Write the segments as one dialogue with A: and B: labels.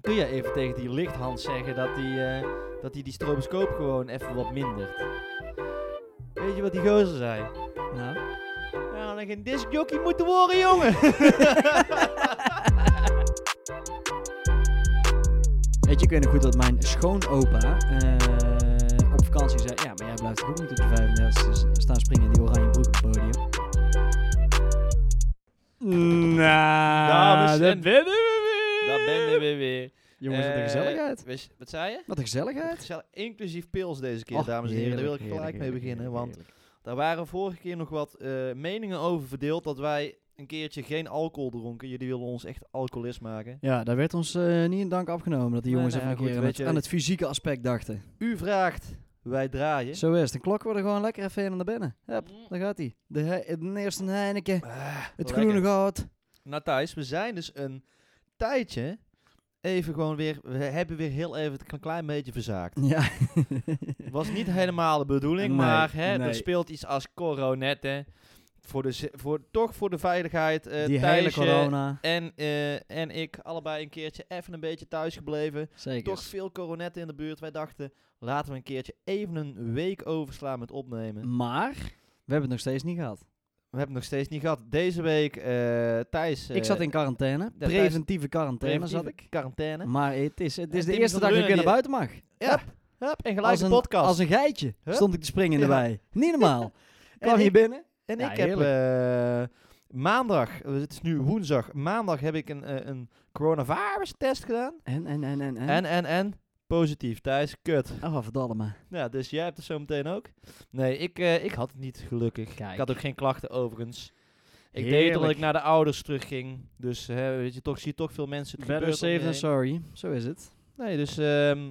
A: kun je even tegen die lichthand zeggen dat die, eh, dat die, die stroboscoop gewoon even wat mindert. Weet je wat die gozer zei?
B: Nou.
A: Ja, dan geen discjockey moeten worden, jongen.
B: Weet je, ik weet nog goed dat mijn schoonopa eh, op vakantie zei... Ja, maar jij blijft toch ook niet op de 35 staan eh, springen in die oranje broek op het podium.
A: Dames
B: Nou,
A: en- dat dat ben je weer weer.
B: Jongens, wat een
A: Eh,
B: gezelligheid.
A: wist- wat zei je?
B: Wat een gezelligheid.
A: Gezellig, inclusief pils deze keer,
B: Och,
A: dames en heren. Daar wil ik
B: heerlijk,
A: gelijk mee
B: heerlijk,
A: beginnen,
B: heerlijk,
A: want Daar waren vorige keer nog wat eh, meningen over verdeeld dat wij een keertje geen alcohol dronken. Jullie willen ons echt alcoholist maken.
B: Ja, daar werd ons eh, niet in dank afgenomen dat die
A: Nee,
B: jongens
A: nou ja,
B: even een
A: goed,
B: keer aan
A: weet
B: het,
A: je-
B: aan het fysieke aspect dachten.
A: U vraagt, wij draaien.
B: Zo is het. Dan klokken we er gewoon lekker even in en naar binnen. Hup, daar gaat hij. De, he- de eerste Heineken,
A: Ah,
B: het
A: lekker.
B: groene goud.
A: Nou Thijs, we zijn dus een tijdje even gewoon weer, we hebben weer heel even het een klein beetje verzaakt.
B: Ja.
A: Was niet helemaal de bedoeling,
B: Nee,
A: maar hè,
B: nee.
A: er speelt iets als coronetten. Voor de, zi- voor, toch voor de veiligheid. eh
B: die hele
A: Thijsje
B: corona.
A: En, eh, en ik, allebei een keertje even een beetje thuis gebleven.
B: Zeker.
A: toch veel coronetten in de buurt. Wij dachten, laten we een keertje even een week overslaan met opnemen.
B: Maar, we hebben het nog steeds niet gehad.
A: We hebben het nog steeds niet gehad. Deze week, eh, Thijs... eh,
B: ik zat in quarantaine.
A: thuis-
B: Preventieve quarantaine
A: preventieve
B: zat ik.
A: Quarantaine.
B: Maar het is, het is
A: En
B: de
A: Tim
B: eerste
A: van
B: dag dat ik
A: Leunen
B: weer naar buiten mag.
A: Ja. Hup, en gelijk
B: Als
A: de
B: een,
A: podcast.
B: als een geitje
A: Hup.
B: stond ik te springen
A: Ja.
B: erbij. Niet normaal. Kwam
A: En
B: hier
A: ik-
B: binnen.
A: En
B: Ja,
A: ik heb
B: heerlijk.
A: eh, maandag, eh, het is nu woensdag, maandag heb ik een, eh, een coronavirus test gedaan.
B: En, en, en, en, en.
A: En, en, en... Positief, Thijs. Kut.
B: Oh, verdalle me.
A: Ja, dus jij hebt het zo meteen ook. Nee, ik, eh, ik had het niet, gelukkig.
B: Kijk.
A: Ik had ook geen klachten overigens. Ik deed dat
B: Heerlijk.
A: ik naar de ouders terugging. Dus hè, weet je, toch, zie je toch veel mensen het
B: Better
A: gebeurt om je
B: safe than
A: heen.
B: sorry. Zo is het.
A: Nee, dus ehm,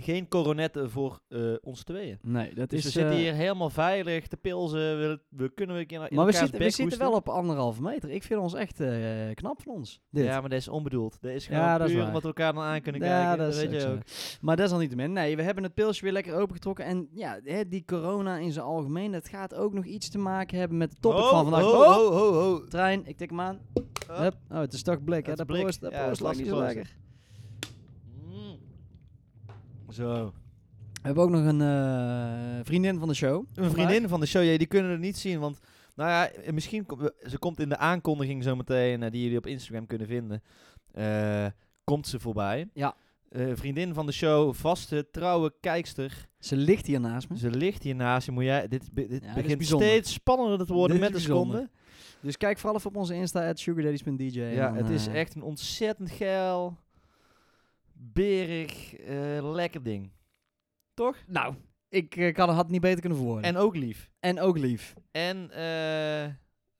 A: geen coronetten voor eh, ons tweeën.
B: Nee, dat
A: Dus
B: is...
A: we zitten
B: eh,
A: hier helemaal veilig te pilzen. We, we kunnen weer in, in
B: maar we
A: elkaars
B: zitten, we
A: bek
B: zitten
A: hoesten.
B: wel op anderhalve meter. Ik vind ons echt eh, knap van ons. Dit.
A: Ja, maar dat is onbedoeld. Dat is gewoon
B: Ja, dat
A: puur
B: is waar.
A: omdat we elkaar dan aan kunnen
B: Ja,
A: kijken.
B: dat
A: Dat
B: is
A: weet
B: ook
A: je
B: zo.
A: ook.
B: Maar desalniettemin, nee, we hebben het pilsje weer lekker opengetrokken. En ja, hè, die corona in zijn algemeen, dat gaat ook nog iets te maken hebben met de topic
A: Ho,
B: van vandaag.
A: Ho,
B: Oh,
A: ho, ho, ho.
B: Trein, ik tik hem aan.
A: Hup.
B: Hup. Oh, het is toch blik, hè?
A: Het
B: Dat
A: is blik.
B: proost, dat
A: Ja, het
B: proost
A: is
B: lag niet zo
A: proosten.
B: lekker.
A: Mm. Zo.
B: We hebben ook nog een eh, vriendin van de show.
A: Een vriendin van de show, ja, die kunnen het niet zien, want nou ja, eh, misschien kom- we- ze komt in de aankondiging zometeen, eh, die jullie op Instagram kunnen vinden, eh, komt ze voorbij.
B: Ja.
A: Eh, vriendin van de show, vaste, trouwe kijkster.
B: Ze ligt hier naast me.
A: Ze ligt hiernaast. je Moet jij, dit be- dit
B: Hm? Ja, dit is
A: begint
B: bijzonder.
A: steeds spannender te worden
B: Dit is
A: met de
B: bijzonder.
A: seconden.
B: Dus kijk vooral even op onze Insta, at sugardaddies.dj. en
A: Ja,
B: dan,
A: het is
B: eh,
A: echt een ontzettend geil, berig, eh, lekker ding. Toch?
B: Nou, ik eh, kan, had het niet beter kunnen verwoorden. En,
A: En ook lief.
B: ook lief.
A: En eh,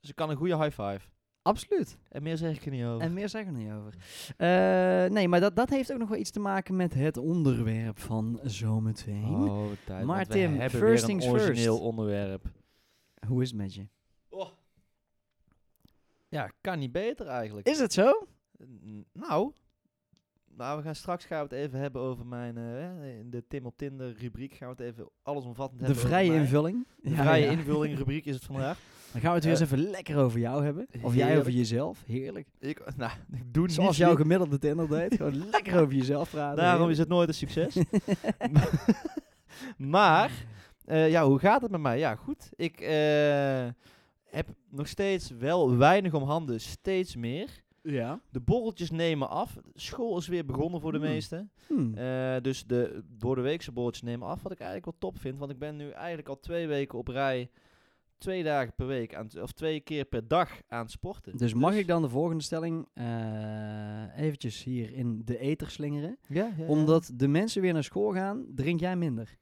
A: ze kan een goede high five.
B: Absoluut.
A: En meer zeg ik er niet over.
B: En meer zeggen we er niet over. Eh, nee, maar dat, dat heeft ook nog wel iets te maken met het onderwerp van zometeen.
A: Oh, wat tijd,
B: Maar
A: want we
B: Tim,
A: hebben weer
B: first things
A: een origineel
B: first.
A: onderwerp.
B: Hoe is het met je?
A: Oh. Ja, kan niet beter eigenlijk.
B: Is het zo?
A: N- Nou, maar we gaan straks gaan we het even hebben over mijn, eh, eh, in de Tim op Tinder rubriek gaan we het even allesomvattend
B: De
A: hebben over
B: vrije
A: mij.
B: invulling.
A: De
B: Ja,
A: vrije
B: ja.
A: invulling rubriek is het vandaag.
B: Dan gaan we het weer eens
A: Eh,
B: even lekker over jou hebben. Of jij
A: heerlijk.
B: over jezelf. Heerlijk.
A: Ik, nou, ik doe
B: Zoals
A: niets
B: jouw
A: lief.
B: gemiddelde Tinder deed. Gewoon lekker over jezelf praten.
A: Daarom is het nooit een succes. maar, eh, ja, hoe gaat het met mij? Ja, goed. Ik eh, heb nog steeds wel weinig om handen, steeds meer.
B: Ja.
A: De borreltjes nemen af. School is weer begonnen voor de
B: Hmm.
A: meesten.
B: Hmm.
A: Eh, dus de door de weekse borreltjes nemen af. Wat ik eigenlijk wel top vind. Want ik ben nu eigenlijk al twee weken op rij. Twee dagen per week. Aan het- of twee keer per dag aan het sporten.
B: dus mag ik dan de volgende stelling eh, eventjes hier in de ether slingeren?
A: Ja, ja, ja.
B: Omdat de mensen weer naar school gaan, drink jij minder.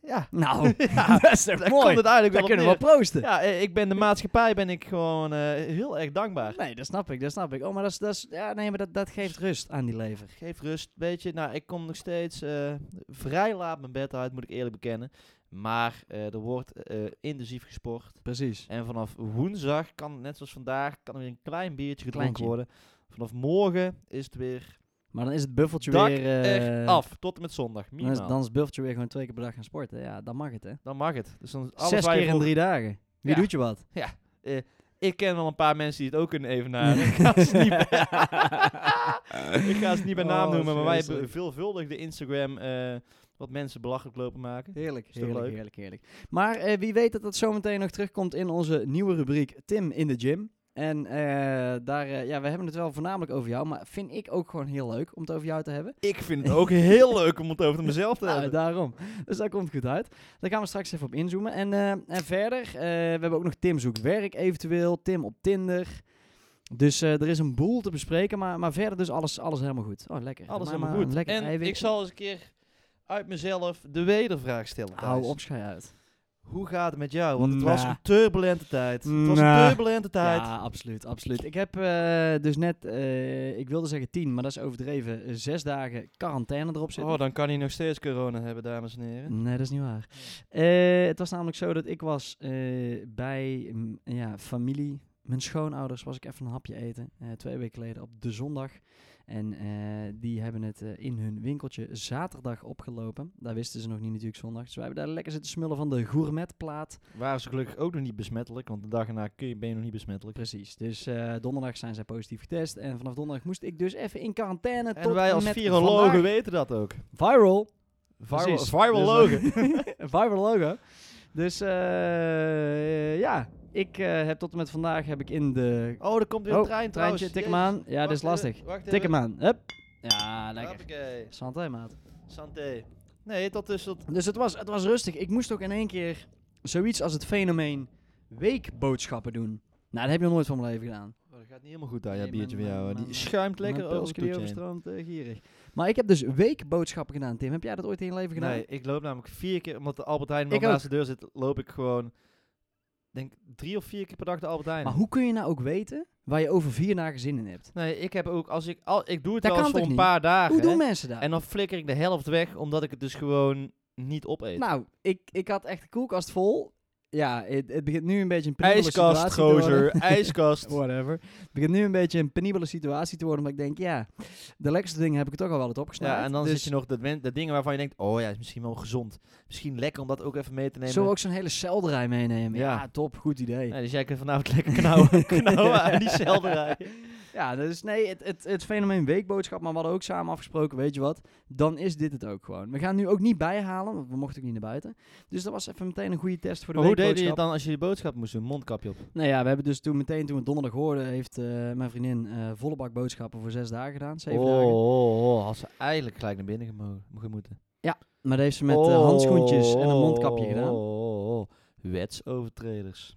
A: Ja.
B: Nou, dat is toch
A: Daar
B: mooi.
A: komt het eigenlijk
B: Daar
A: wel op
B: kunnen we wel proosten.
A: neer. Ja, eh, ik ben de maatschappij ben ik gewoon eh, heel erg dankbaar.
B: Nee, dat snap ik, dat snap ik. Oh, maar dat, is, dat, is, ja, nee, maar dat, dat geeft rust aan die lever.
A: Geef rust, weet je. Nou, ik kom nog steeds eh, vrij laat mijn bed uit, moet ik eerlijk bekennen. Maar eh, er wordt eh, intensief gesport.
B: Precies.
A: En vanaf woensdag kan, net zoals vandaag, kan er weer een klein biertje gedronken
B: Kleintje.
A: worden. Vanaf morgen is het weer
B: Maar dan is het buffeltje
A: Dak
B: weer... eh,
A: echt af. Tot en met zondag.
B: Dan is,
A: Minimaal. Dan,
B: dan is het buffeltje weer gewoon twee keer per dag gaan sporten. Ja, dan mag het, hè.
A: mag het. Dus dan is alle
B: Zes
A: vijf
B: keer in
A: op-
B: drie dagen. Wie
A: Ja.
B: doet je wat?
A: Ik ken wel een paar mensen die het ook kunnen evenaren. Ik ga ze niet bij, ik ga ze niet bij naam
B: Oh,
A: noemen, maar wij hebben
B: vreselijk.
A: veelvuldig de Instagram eh, wat mensen belachelijk lopen maken.
B: Heerlijk,
A: toch
B: heerlijk,
A: leuk?
B: heerlijk, heerlijk. Maar eh, wie weet dat dat zometeen nog terugkomt in onze nieuwe rubriek Tim in de Gym. En eh, daar, eh, ja, we hebben het wel voornamelijk over jou, maar vind ik ook gewoon heel leuk om het over jou te hebben.
A: Ik vind het ook heel leuk om het over mezelf te
B: Nou,
A: hebben.
B: daarom. Dus dat komt goed uit. Daar gaan we straks even op inzoomen. En, eh, en verder, eh, we hebben ook nog Tim zoekt werk eventueel, Tim op Tinder. Dus eh, er is een boel te bespreken, maar, maar verder dus alles, alles helemaal goed. Oh, lekker.
A: Alles
B: Maar-
A: helemaal
B: maar
A: goed.
B: Lekker
A: en
B: eiwit.
A: ik zal eens een keer uit mezelf de wedervraag stellen.
B: Hou
A: Thijs.
B: op, schei uit.
A: Hoe gaat het met jou? Want het was
B: Nah.
A: een turbulente tijd. Het was
B: Nah.
A: een turbulente tijd.
B: Ja, absoluut, absoluut. Ik heb eh, dus net, eh, ik wilde zeggen tien, maar dat is overdreven, eh, zes dagen quarantaine erop zitten.
A: Oh, dan kan hij nog steeds corona hebben, dames en heren.
B: Nee, dat is niet waar. Eh, het was namelijk zo dat ik was eh, bij mm, ja, familie, mijn schoonouders, was ik even een hapje eten. eh, twee weken geleden op de zondag. En eh, die hebben het eh, in hun winkeltje zaterdag opgelopen. Daar wisten ze nog niet natuurlijk zondag. Dus wij hebben daar lekker zitten smullen van de gourmetplaat.
A: Waren ze gelukkig ook nog niet besmettelijk, want de dag erna kun je, ben je nog niet besmettelijk.
B: Precies. Dus eh, donderdag zijn zij positief getest. En vanaf donderdag moest ik dus even in quarantaine.
A: En
B: tot
A: wij als
B: met
A: virologen
B: vandaag.
A: weten dat ook.
B: Viral.
A: Viral,
B: Precies.
A: virologen.
B: Dus, eh, viralogen. Dus eh, ja, ik eh, heb tot en met vandaag heb ik in de...
A: oh, er komt weer een trein trouwens.
B: treintje, tik hem
A: Oh, Jezus.
B: aan. Ja, dit is
A: Wacht eh,
B: lastig.
A: even, wacht
B: Tik hem
A: even.
B: aan. Hup. Ja, lekker.
A: Hoppakee.
B: Santé, maat.
A: Santé. Nee, dat is het.
B: Dus het was, het was rustig. Ik moest ook in één keer zoiets als het fenomeen weekboodschappen doen. Nou, dat heb je nog nooit van mijn leven gedaan.
A: Oh, dat gaat niet helemaal goed aan, jouw
B: Nee,
A: biertje
B: mijn-
A: van jou.
B: mijn-
A: hè. Die
B: mijn-
A: schuimt lekker
B: Mijn
A: over het
B: pilsje die
A: toetje heen.
B: overstroomt, eh, gierig. Maar ik heb dus weekboodschappen gedaan, Tim. Heb jij dat ooit in je leven gedaan?
A: Nee, ik loop namelijk vier keer, omdat de Albert Heijn
B: Ik
A: wel naast de deur zit, loop ik gewoon, denk drie of vier keer per dag de Albert Heijn.
B: Maar hoe kun je nou ook weten waar je over vier dagen zin in hebt?
A: Nee, ik heb ook, als ik, al, ik doe het wel eens
B: Dat kan
A: voor
B: toch
A: een
B: niet?
A: paar dagen.
B: Hoe doen
A: hè.
B: mensen dat?
A: En dan flikker ik de helft weg, omdat ik het dus gewoon niet opeet.
B: Nou, ik, ik had echt de koelkast vol. Ja, het, het begint nu een beetje een penibele
A: ijskast,
B: situatie te worden.
A: gozer, ijskast.
B: Whatever. Het begint nu een beetje een penibele situatie te worden. Maar ik denk, ja, de lekkerste dingen heb ik toch al wel het opgesnapt.
A: Ja, en dan
B: dus
A: zit je nog de, wen- de dingen waarvan je denkt, oh ja, is misschien wel gezond. Misschien lekker om dat ook even mee te nemen.
B: Zo ook zo'n hele selderij meenemen. Ja.
A: Ja.
B: top. Goed idee.
A: Ja, dus jij kunt vanavond lekker knauwen, knauwen aan die selderij.
B: Ja, dus nee, het, het, het fenomeen weekboodschap, maar we hadden ook samen afgesproken, weet je wat, dan is dit het ook gewoon. We gaan nu ook niet bijhalen, want we mochten ook niet naar buiten. Dus dat was even meteen een goede test voor de
A: Maar hoe deed je
B: weekboodschap.
A: het dan als je de boodschap moest doen? Mondkapje op.
B: Nou ja, we hebben dus toen meteen, toen we donderdag hoorden, heeft eh, mijn vriendin eh, volle bak boodschappen voor zes dagen gedaan, zeven
A: oh,
B: dagen.
A: oh, oh, had ze eigenlijk gelijk naar binnen gemogen, gemoeten.
B: Maar dat heeft ze met eh, handschoentjes en een mondkapje
A: oh,
B: gedaan.
A: Oh, oh, oh. Wetsovertreders.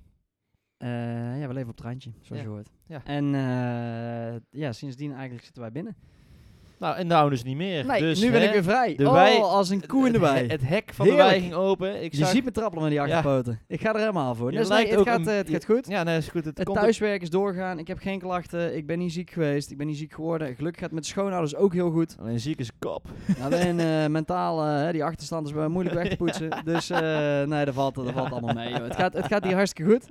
B: Eh, ja, we leven op het randje, zoals
A: Ja.
B: je hoort.
A: Ja.
B: En eh, ja, sindsdien eigenlijk zitten wij binnen.
A: Nou, en nou dus niet meer.
B: Nee,
A: dus,
B: nu ben
A: hè,
B: ik weer vrij.
A: de
B: oh,
A: wei-
B: als een koe in de
A: het,
B: wei.
A: het, het hek van de
B: Heerlijk.
A: wei ging open. Ik
B: Je
A: zag,
B: ziet me trappelen met die
A: Ja.
B: achterpoten. Ik ga er helemaal voor.
A: Je
B: Dus nee,
A: lijkt
B: het,
A: ook
B: gaat,
A: een-
B: eh, het
A: je-
B: gaat goed.
A: Ja, nee, is goed. Het,
B: Het
A: komt
B: thuiswerk is doorgaan. Ik heb geen klachten. Ik ben niet ziek geweest. Ik ben niet ziek geworden. Gelukkig gaat het met de schoonouders ook heel goed.
A: Alleen ziek is kop.
B: Alleen eh, mentaal, eh, hè, die achterstand is wel moeilijk weg te poetsen. Dus eh, nee, dat valt, dat valt allemaal mee. joh. Het, gaat, het gaat hier hartstikke goed.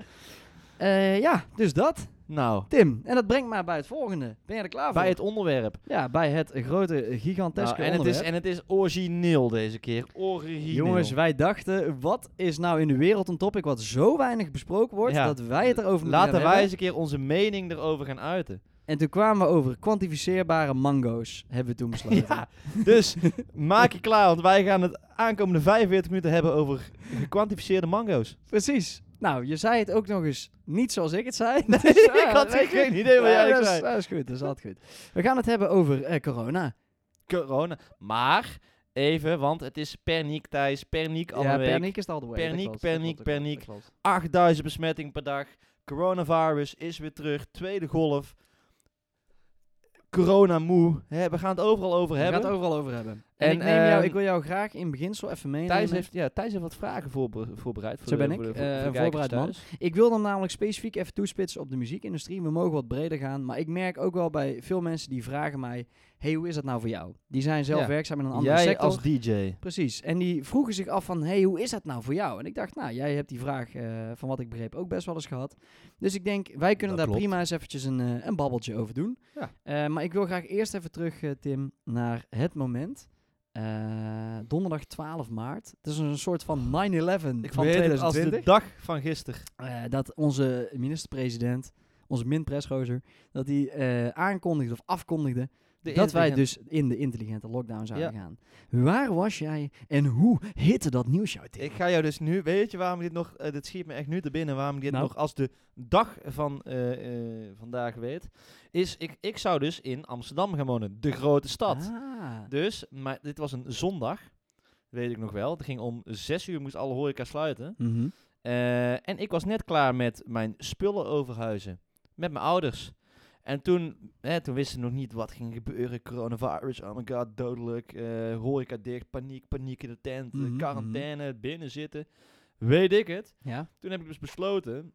B: Eh, ja, dus dat,
A: Nou,
B: Tim. En dat brengt mij bij het volgende. Ben jij er klaar voor?
A: bij het onderwerp.
B: Ja, bij het grote, gigantische
A: Nou, en, het is, en het is origineel deze keer. Origineel.
B: Jongens, wij dachten, wat is nou in de wereld een topic wat zo weinig besproken wordt,
A: Ja.
B: dat wij het erover moeten gaan
A: Laten wij
B: hebben.
A: eens een keer onze mening erover gaan uiten.
B: En toen kwamen we over kwantificeerbare mango's, hebben we toen besloten.
A: Ja, dus maak je klaar, want wij gaan het aankomende 45 minuten hebben over gekwantificeerde mango's.
B: Precies. Nou, je zei het ook nog eens niet zoals ik het zei.
A: ik had geen idee wat
B: Ja,
A: jij
B: dat is-
A: zei.
B: Dat is goed, dat is altijd goed. We gaan het hebben over eh, corona.
A: Corona. Maar, even, want het is perniek Thijs, perniek alle
B: ja,
A: week.
B: perniek is het altijd way.
A: Perniek,
B: Dat klopt, dat
A: perniek,
B: klopt, dat
A: perniek.
B: klopt, dat klopt.
A: 8000 besmettingen per dag. Coronavirus is weer terug. Tweede golf. Corona moe. Hè, we gaan het overal over
B: We gaan
A: hebben.
B: het overal over hebben. En, eh,
A: En,
B: ik, neem jou,
A: ehm,
B: ik wil jou graag in beginsel even meenemen.
A: Thijs heeft, ja, Thijs heeft wat vragen voorbe- voorbereid. Voor
B: Zo
A: de-
B: ben ik,
A: voor de- voor
B: eh,
A: de
B: een
A: kijkers
B: voorbereid man.
A: thuis.
B: Ik wil dan namelijk specifiek even toespitsen op de muziekindustrie. We mogen wat breder gaan. Maar ik merk ook wel bij veel mensen die vragen mij... hey, hoe is dat nou voor jou? Die zijn zelf
A: Ja.
B: werkzaam in een andere
A: Jij
B: sector.
A: als DJ.
B: Precies. En die vroegen zich af van, hey, hoe is dat nou voor jou? En ik dacht, nou, jij hebt die vraag, eh, van wat ik begreep, ook best wel eens gehad. Dus ik denk, wij
A: Dat
B: kunnen daar
A: klopt.
B: prima eens eventjes een, eh, een babbeltje over doen.
A: Ja.
B: Eh, maar ik wil graag eerst even terug, eh, Tim, naar het moment eh, donderdag 12 maart. Het is een soort van 9-11 van
A: Oh, Ik
B: 2020.
A: weet het als de dag van gisteren.
B: Eh, dat onze minister-president, onze min Pressrozer, dat hij eh, aankondigde of afkondigde
A: De
B: dat wij
A: intelligente-
B: dus in de intelligente lockdown zouden
A: Ja.
B: gaan. Waar was jij en hoe hitte dat nieuws jou tegen?
A: Ik ga jou dus nu, weet je waarom dit nog, eh, dit schiet me echt nu te binnen, waarom ik dit
B: Nou.
A: nog als de dag van eh, eh, vandaag weet, is ik, ik zou dus in Amsterdam gaan wonen, de grote stad.
B: Ah.
A: Dus, maar dit was een zondag, weet ik nog wel. Het ging om zes uur, moest alle horeca sluiten.
B: Mhm.
A: Eh, en ik was net klaar met mijn spullen overhuizen. Met mijn ouders. En toen, hè, toen wisten ze nog niet wat ging gebeuren. Coronavirus, oh my god, dodelijk. eh horeca dicht, paniek, paniek in de tent. eh,
B: Mhm, mhm.
A: quarantaine, binnen zitten. Weet ik het.
B: Ja.
A: Toen heb ik dus besloten...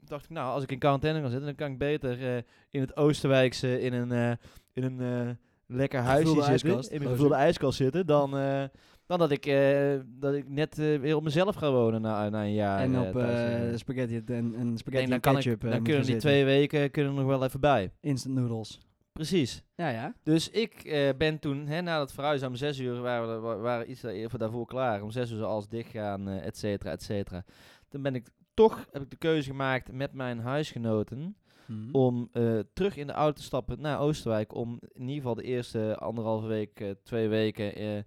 A: Dacht ik, nou, als ik in quarantaine kan zitten, dan kan ik beter eh, in het Oosterwijkse in een, eh, in een eh, lekker huisje
B: Gevulde
A: zitten.
B: ijskast.
A: In een
B: Oh,
A: gevulde
B: zo.
A: ijskast zitten. Dan, eh, dan dat, ik, eh, dat ik net eh, weer op mezelf ga wonen na, na een jaar.
B: en
A: eh,
B: op
A: thuis, eh.
B: eh, spaghetti en, en
A: Ik denk,
B: spaghetti
A: dan
B: en
A: kan
B: ketchup.
A: ik,
B: eh,
A: dan
B: moet
A: kunnen
B: gaan
A: die
B: zitten.
A: twee weken kunnen er nog wel even bij.
B: Instant noodles.
A: Precies.
B: Ja, ja.
A: Dus ik eh, ben toen, hè, na dat verhuizen om zes uur, waren we wa- waren iets daar- even daarvoor klaar. Om zes uur zou alles dichtgaan, eh, et cetera, et cetera. Toen ben ik toch, heb ik de keuze gemaakt met mijn huisgenoten
B: Mhm.
A: om eh, terug in de auto te stappen naar Oosterwijk. Om in ieder geval de eerste anderhalve week, eh, twee weken eh,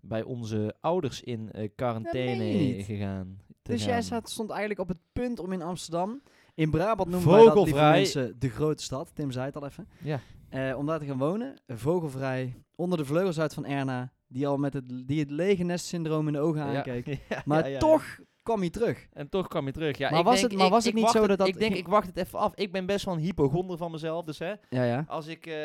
A: bij onze ouders in eh, quarantaine
B: Dat meen je niet.
A: gegaan. te
B: Dus jij
A: gaan.
B: staat, stond eigenlijk op het punt om in Amsterdam, in Brabant noemen wij dat lieve
A: Vogelvrij.
B: mensen de grote stad, Tim zei het al even,
A: Ja.
B: eh, om daar te gaan wonen, vogelvrij, onder de vleugels uit van Erna, die al met het, die het lege nest syndroom in de ogen
A: Ja,
B: aankeek.
A: ja,
B: Maar
A: ja, ja.
B: toch kwam hij terug.
A: En toch kwam je terug. Ja,
B: Maar
A: ik
B: was
A: denk,
B: het- maar
A: ik-
B: was het
A: ik
B: niet zo
A: wacht
B: dat dat
A: Ik denk,
B: ging-
A: ik wacht het even af. Ik ben best wel een hypochonder van mezelf. Dus hè,
B: Ja, ja.
A: als ik... eh,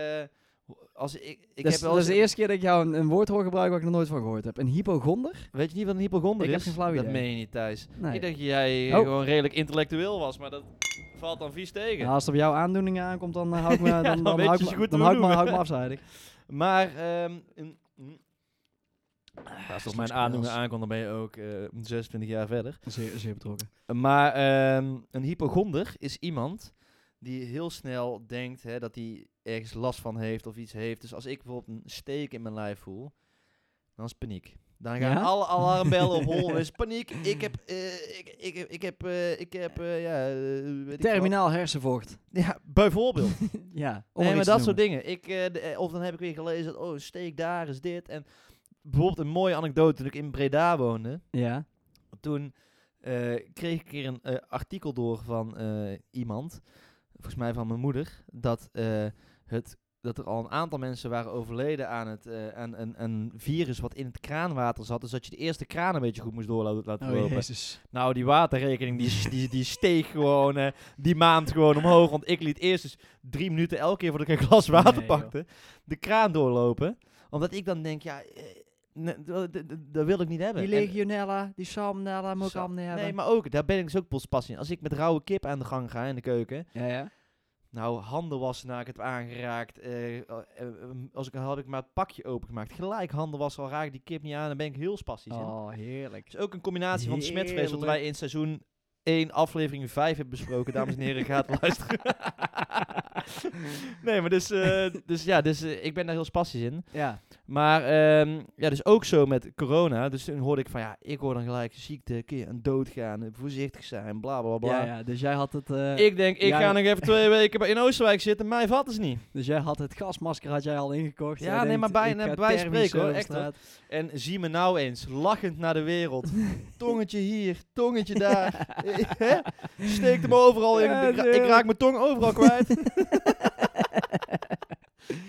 A: als ik, ik
B: dat is,
A: heb wel
B: dat is de
A: eens-
B: eerste keer dat ik jou een, een woord hoor gebruiken waar ik nog nooit van gehoord heb. Een hypogonder?
A: Weet je niet wat een hypochonder
B: Ik
A: is?
B: heb geen flauw
A: Dat
B: idee.
A: meen je niet, Thijs.
B: Nee.
A: Ik dacht dat jij eh,
B: Oh.
A: gewoon redelijk intellectueel was, maar dat valt dan vies tegen.
B: Nou, als het op jouw aandoeningen aankomt, dan eh, hou ik me,
A: Ja,
B: dan, dan,
A: dan weet
B: hou
A: je
B: ik
A: ze
B: me,
A: goed
B: dan
A: hoe
B: hou ik
A: we
B: me, hou ik
A: doen.
B: me afzijdig.
A: Maar... ehm, een- mm. als het op mijn
B: Zo'n
A: aandoening
B: spels.
A: aankomt, dan ben je ook eh 26 jaar verder.
B: Zeer, zeer betrokken.
A: Maar ehm, een hypochonder is iemand die heel snel denkt hè, dat hij ergens last van heeft of iets heeft. Dus als ik bijvoorbeeld een steek in mijn lijf voel, dan is paniek. Dan gaan
B: Ja?
A: alle alarmbellen op hol. Dus paniek. Ik heb, eh, ik, ik, heb- ik heb, eh, ik heb, eh, ja, eh, weet ik veel.
B: Terminaal hersenvocht.
A: Ja, bijvoorbeeld.
B: Ja, om
A: nee,
B: er
A: maar
B: iets
A: dat
B: te
A: soort
B: noemen.
A: dingen. Ik, eh, de- eh, of dan heb ik weer gelezen, dat, oh, een steek daar is dit. En bijvoorbeeld een mooie anekdote toen ik in Breda woonde.
B: Ja.
A: Toen eh, kreeg ik een keer een eh, artikel door van eh, iemand, volgens mij van mijn moeder, dat, eh, het, dat er al een aantal mensen waren overleden aan, het, eh, aan een, een virus wat in het kraanwater zat. Dus dat je de eerste kraan een beetje goed moest door laten-
B: Oh,
A: laten lopen.
B: jezus.
A: Nou, die waterrekening die, s- die, die steeg gewoon eh, die maand gewoon omhoog. Want ik liet eerst dus drie minuten elke keer voordat ik een glas water
B: Nee, joh.
A: pakte, de kraan doorlopen. Omdat ik dan denk, ja, eh, ne- dat- dat- dat- dat wil ik niet hebben.
B: Die
A: En-
B: legionella, die salmonella moet ik
A: Zo.
B: allemaal niet hebben.
A: Nee, maar ook, daar ben ik dus ook pas in. Als ik met rauwe kip aan de gang ga in de keuken.
B: ja, ja.
A: Nou, handen wassen na ik het heb aangeraakt. eh, eh, eh, als ik had, heb ik maar het pakje opengemaakt. Gelijk handen wassen, al raak ik die kip niet aan. Dan ben ik heel spastisch in.
B: Oh, heerlijk.
A: Het is ook een combinatie van smetvrees, wat
B: Heerlijk.
A: wij in seizoen 1, aflevering 5 hebben besproken. Dames en heren, gaat luisteren. nee, maar dus, eh, dus ja, dus, eh, ik ben daar heel spastisch in.
B: Ja.
A: Maar ehm, ja, dus ook zo met corona. Dus toen hoorde ik van ja, ik hoor dan gelijk ziekte, keer en doodgaan, eh, voorzichtig zijn, bla bla bla.
B: ja, ja, dus jij had het, eh,
A: Ik denk, ik
B: Ja.
A: ga nog even twee weken bij- in Oosterwijk zitten, mij vat het niet.
B: dus jij had het gasmasker had jij al ingekocht.
A: Ja,
B: Jij
A: nee,
B: denkt,
A: maar bijna-
B: ik ga
A: bij wijze van
B: thermisch
A: spreken, hoor,
B: over
A: echt, hoor.
B: straat.
A: En zie me nou eens, lachend naar de wereld. tongetje hier, tongetje daar. Eh, Hè? Steekt hem overal in.
B: Ja,
A: ik, ra- ik
B: zeker.
A: raak mijn tong overal kwijt.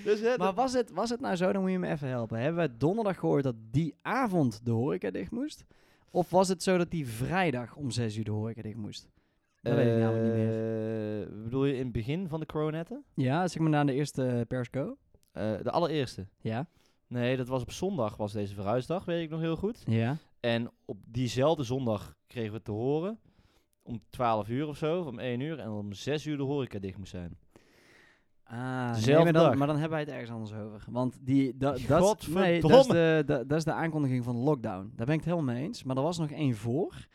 A: dus, hè,
B: Maar
A: dat-
B: was het, was het nou zo, dan moet je me even helpen. Hebben we donderdag gehoord dat die avond de horeca dicht moest? Of was het zo dat die vrijdag om 6 uur de horeca dicht moest? Dat weet ik namelijk niet meer.
A: Eh, Bedoel je in het begin van de coronetten?
B: Ja, zeg maar na de eerste persco.
A: Eh, de allereerste.
B: Ja.
A: Nee, dat was op zondag, was deze verhuisdag, weet ik nog heel goed.
B: Ja.
A: En op diezelfde zondag kregen we het te horen. Om 12 uur of zo, of om 1 uur. En om 6 uur de horeca dicht moest zijn.
B: Ah, nee,
A: Dezelfde
B: maar, dan,
A: dag.
B: maar dan hebben wij het ergens anders over. Want die, da, dat, nee, dat, is
A: Godverdomme.
B: de, da- dat is de aankondiging van de lockdown. Daar ben ik het helemaal mee eens. Maar er was nog één voor.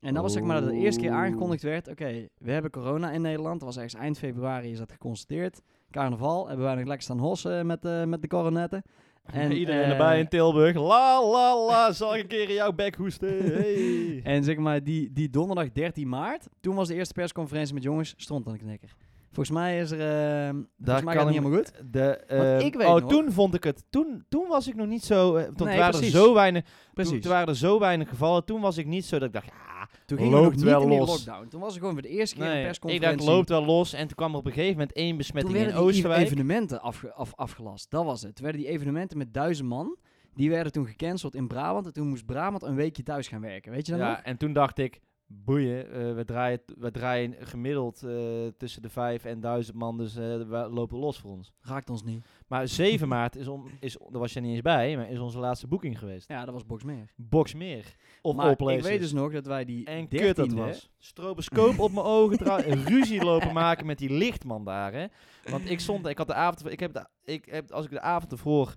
B: En dat was zeg maar dat de eerste keer
A: Oeh.
B: aangekondigd werd... oké, we hebben corona in Nederland. Dat was ergens eind februari is dat geconstateerd. carnaval hebben wij nog lekker staan hossen met, eh, met de coronetten.
A: En,
B: eh,
A: Iedereen erbij in Tilburg. La la la, zal ik een keer in jouw bek hoesten. Hey.
B: En zeg maar, die, die donderdag 13 maart, toen was de eerste persconferentie met jongens, stond aan de knikker. Volgens mij is er... eh, volgens mij gaat
A: kan
B: het
A: ik-
B: niet helemaal goed.
A: De,
B: Want
A: ehm,
B: ik weet
A: oh,
B: nog-
A: toen vond ik het. Toen, toen was ik nog niet zo. eh, toen
B: Nee,
A: waren
B: precies.
A: er zo weinig. Toen,
B: Precies.
A: toen waren er zo weinig gevallen. Toen was ik niet zo dat ik dacht. Ja,
B: Toen gingen we nog
A: loopt
B: niet
A: wel
B: in die
A: los.
B: lockdown. Toen was er gewoon voor de eerste keer een
A: nee, ik
B: persconferentie.
A: dacht loopt wel los. En toen kwam er op een gegeven moment één besmetting
B: Toen
A: in
B: werden die ev-
A: Oosterwijk.
B: evenementen afge- af- afgelast. Dat was het. Toen werden die evenementen met duizend man, die werden toen gecanceld in Brabant. En toen moest Brabant een weekje thuis gaan werken. Weet je dat nog?
A: Ja, en toen dacht ik. Boeien, eh, we, draaien, we draaien gemiddeld eh, tussen de 5 en 1000 man, dus eh, we lopen los voor ons.
B: Raakt ons niet.
A: Maar 7 maart is, om, is, daar was je niet eens bij, maar is onze laatste boeking geweest.
B: Ja, dat was box meer.
A: Box meer. Of
B: maar ik
A: Allplaces.
B: weet dus nog dat wij die
A: En kut dat
B: 13e
A: was. Stroboscoop op mijn ogen draaien. en Ruzie lopen maken met die lichtman daar. Hè. Want ik stond, ik had de avond, ik heb, de, ik heb, als ik de avond ervoor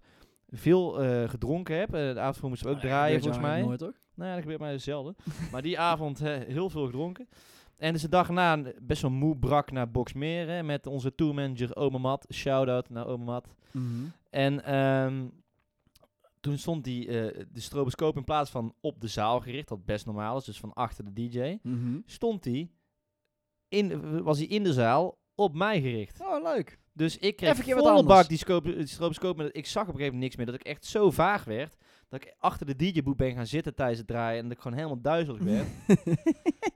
A: veel eh, gedronken heb, eh, de avond ervoor moesten we ook
B: Nou, dat
A: draaien
B: gebeurt
A: volgens
B: jou
A: mij.
B: eigenlijk Nooit, toch?
A: Nou ja, dat gebeurt mij dus zelden. maar die avond hè, heel veel gedronken. En dus de dag na eh, best wel moe brak naar Boxmeer hè, met onze tourmanager Oma Mat. Shout-out naar Oma Mat.
B: Mhm.
A: En ehm, toen stond die, eh, de stroboscoop in plaats van op de zaal gericht, wat best normaal is, dus van achter de DJ,
B: Mhm.
A: stond die in, was hij in de zaal op mij gericht.
B: Oh, leuk.
A: Dus ik kreeg
B: Even een keer wat
A: volle
B: anders.
A: bak die, scoop, die stroboscoop. En ik zag op een gegeven moment niks meer. Dat ik echt zo vaag werd. Dat ik achter de DJ-boek ben gaan zitten tijdens het draaien. En dat ik gewoon helemaal duizelig werd.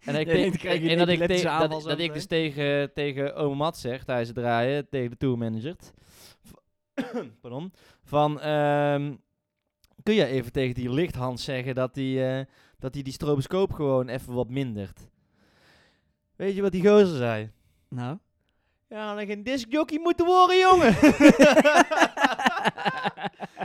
A: en ik,
B: denkt, dan krijg je een
A: en dat, ik te-
B: epileptische aanval
A: dat,
B: zo
A: dat ik
B: meteen.
A: dus tegen, tegen oma Mat zeg tijdens het draaien. Tegen de tourmanager. v- Pardon. Van, ehm, kun jij even tegen die lichthand zeggen dat die, eh, dat die, die stroboscoop gewoon even wat mindert? Weet je wat die gozer zei?
B: Nou.
A: Ja, dan had ik een discjockey moeten worden, jongen.